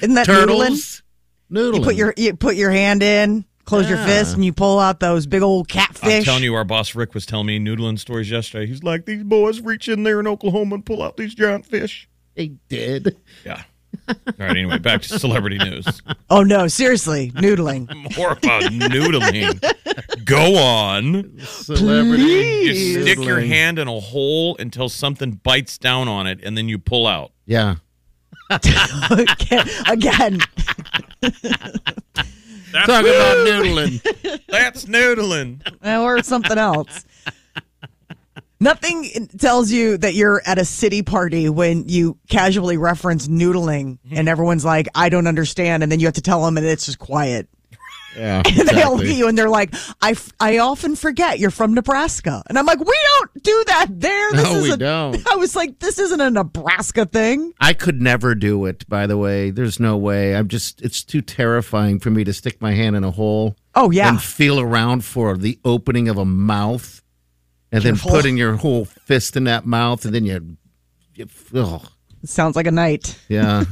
Speaker 3: Isn't that noodling?
Speaker 5: Turtles. Noodling.
Speaker 3: You put your you put your hand in, Close your
Speaker 4: Yeah.
Speaker 3: fist and you pull out those big old
Speaker 4: I'm
Speaker 3: catfish.
Speaker 4: telling you, our boss Rick was telling me noodling stories yesterday. He's like, these boys reach in there in Oklahoma and pull out these giant fish.
Speaker 5: They did.
Speaker 4: Yeah. All right. Anyway, back to celebrity news.
Speaker 3: Oh no, seriously, noodling.
Speaker 4: More about noodling. Go on.
Speaker 5: Celebrity
Speaker 4: You stick your
Speaker 5: noodling.
Speaker 4: hand in a hole until something bites down on it, and then you pull out.
Speaker 5: Yeah.
Speaker 3: again, again.
Speaker 4: That's
Speaker 5: Talk about noodling.
Speaker 4: That's noodling.
Speaker 3: or something else. Nothing tells you that you're at a city party when you casually reference noodling
Speaker 5: Mm-hmm.
Speaker 3: and everyone's like, I don't understand. And then you have to tell them and it's just quiet.
Speaker 5: Yeah.
Speaker 3: And they all look at
Speaker 5: exactly.
Speaker 3: you and they're like, I, f- I often forget you're from Nebraska. And I'm like, we don't do that there.
Speaker 5: No, we
Speaker 3: isn't-
Speaker 5: don't.
Speaker 3: I was like, this isn't a Nebraska thing.
Speaker 5: I could never do it, by the way. There's no way. I'm just, it's too terrifying for me to stick my hand in a hole.
Speaker 3: Oh, yeah.
Speaker 5: And feel around for the opening of a mouth and
Speaker 3: Careful.
Speaker 5: then putting your whole fist in that mouth and then you, you ugh.
Speaker 3: Sounds like a night.
Speaker 5: yeah.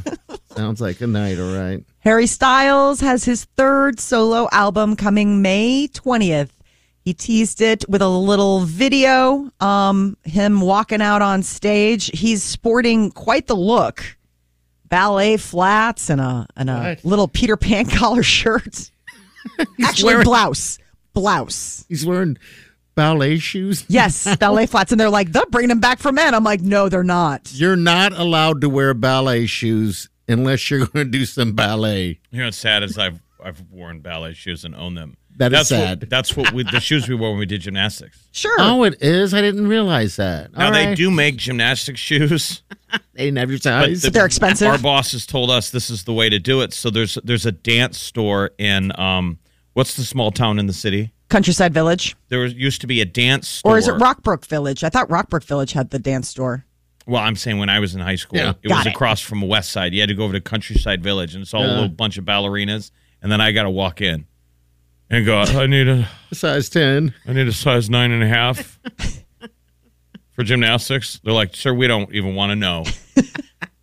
Speaker 5: Sounds like a night, all right.
Speaker 3: Harry Styles has his third solo album coming May 20th. He teased it with a little video, um, him walking out on stage. He's sporting quite the look. Ballet flats and a and a
Speaker 5: What?
Speaker 3: little Peter Pan collar shirt. Actually
Speaker 5: wearing-
Speaker 3: blouse. Blouse.
Speaker 5: He's wearing ballet shoes.
Speaker 3: Yes, ballet flats. And they're like, they're bringing them back for men. I'm like, no, they're not.
Speaker 5: You're not allowed to wear ballet shoes unless you're going to do some ballet.
Speaker 4: You know what's sad is I've I've worn ballet shoes and owned them.
Speaker 5: That is
Speaker 4: that's what-
Speaker 5: sad.
Speaker 4: that's what we, the shoes we wore when we did gymnastics.
Speaker 3: Sure.
Speaker 5: Oh, it is. I didn't realize that.
Speaker 4: Now
Speaker 5: All
Speaker 4: they
Speaker 5: right.
Speaker 4: do make gymnastics shoes,
Speaker 5: They didn't advertise.
Speaker 4: the-
Speaker 3: They're expensive.
Speaker 4: Our bosses told us this is the way to do it. So there's there's a dance store in um what's the small town in the city?
Speaker 3: Countryside Village.
Speaker 4: There was, used to be a dance store.
Speaker 3: Or is it Rockbrook Village? I thought Rockbrook Village had the dance store.
Speaker 4: Well, I'm saying when I was in high school,
Speaker 5: Yeah.
Speaker 4: it
Speaker 3: Got
Speaker 4: was
Speaker 3: it.
Speaker 4: across from West Side. You had to go over to Countryside Village, and it's all a
Speaker 5: Yeah.
Speaker 4: little bunch of ballerinas. And then I got to walk in and go. I need a
Speaker 5: Size 10.
Speaker 4: I need a size nine and a half for gymnastics. They're like, sir, we don't even want to know.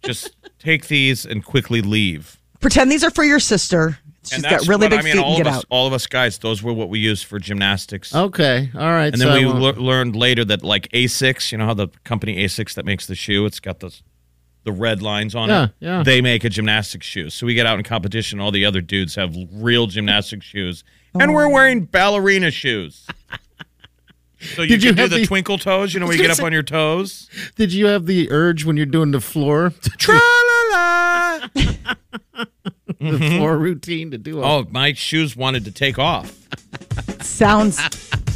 Speaker 4: Just take these and quickly leave.
Speaker 3: pretend these are for your sister. She's
Speaker 4: and
Speaker 3: got really
Speaker 4: what-
Speaker 3: big
Speaker 4: I mean,
Speaker 3: feet
Speaker 4: all
Speaker 3: and get
Speaker 4: of us,
Speaker 3: out.
Speaker 4: All of us guys, those were what we used for gymnastics.
Speaker 5: Okay. All right.
Speaker 4: And
Speaker 5: so
Speaker 4: then
Speaker 5: I
Speaker 4: we
Speaker 5: won't-
Speaker 4: lear- learned later that like Asics, you know how the company Asics that makes the shoe, it's got those the red lines on
Speaker 5: Yeah,
Speaker 4: it.
Speaker 5: yeah.
Speaker 4: They make a gymnastics shoe. So we get out in competition. All the other dudes have real gymnastic shoes, and
Speaker 5: Oh.
Speaker 4: we're wearing ballerina shoes. So you
Speaker 5: Did you
Speaker 4: can do
Speaker 5: have
Speaker 4: the,
Speaker 5: the-
Speaker 4: twinkle toes, you know, where you get up on your toes.
Speaker 5: Did you have the urge when you're doing the floor,
Speaker 4: Tra-la-la.
Speaker 5: the floor routine to do all?
Speaker 4: Oh, my shoes wanted to take off.
Speaker 3: Sounds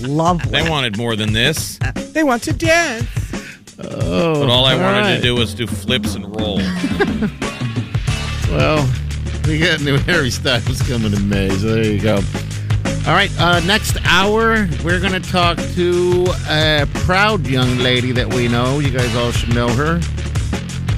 Speaker 3: lovely.
Speaker 4: They wanted more than this,
Speaker 1: They want to dance.
Speaker 5: Oh,
Speaker 4: but all I wanted
Speaker 5: right.
Speaker 4: to do was do flips and roll.
Speaker 5: Well, we got new Harry Styles coming in May, so there you go. All right, uh, next hour we're going to talk to a proud young lady that we know. You guys all should know her,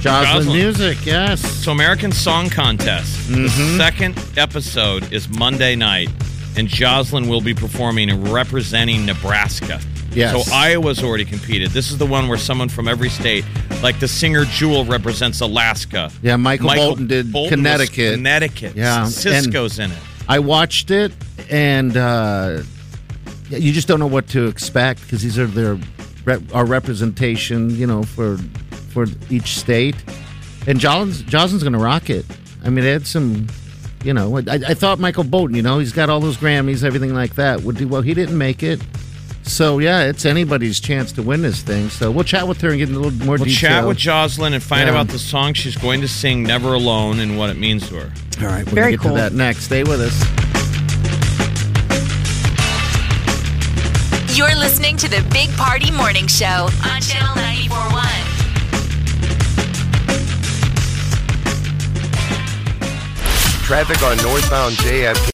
Speaker 5: Jocelyn,
Speaker 4: Jocelyn.
Speaker 5: Music. Yes.
Speaker 4: So American Song Contest. The
Speaker 5: Mm-hmm.
Speaker 4: second episode is Monday night, and Jocelyn will be performing and representing Nebraska.
Speaker 5: Yes.
Speaker 4: So Iowa's already competed. This is the one where someone from every state, like the singer Jewel, represents Alaska.
Speaker 5: Yeah, Michael Bolton did
Speaker 4: was
Speaker 5: Connecticut.
Speaker 4: Connecticut.
Speaker 5: Yeah, and-
Speaker 4: Cisco's in it.
Speaker 5: I watched it, and uh, you just don't know what to expect because these are their rep- our representation, you know, for for each state. And Jocelyn's, Jocelyn's going to rock it. I mean, it had some, you know, I, I thought Michael Bolton, you know, he's got all those Grammys, everything like that, would do well. He didn't make it. So, yeah, it's anybody's chance to win this thing. So we'll chat with her and get into a little more
Speaker 4: We'll
Speaker 5: detail.
Speaker 4: chat with Jocelyn and find
Speaker 5: Yeah.
Speaker 4: out the song she's going to sing, "Never Alone," and what it means to her.
Speaker 5: All right, we're
Speaker 3: Very
Speaker 5: going to get
Speaker 3: cool.
Speaker 5: to that next. Stay with us.
Speaker 2: You're listening to the Big Party Morning Show on Channel 941.
Speaker 6: Traffic on northbound JFK.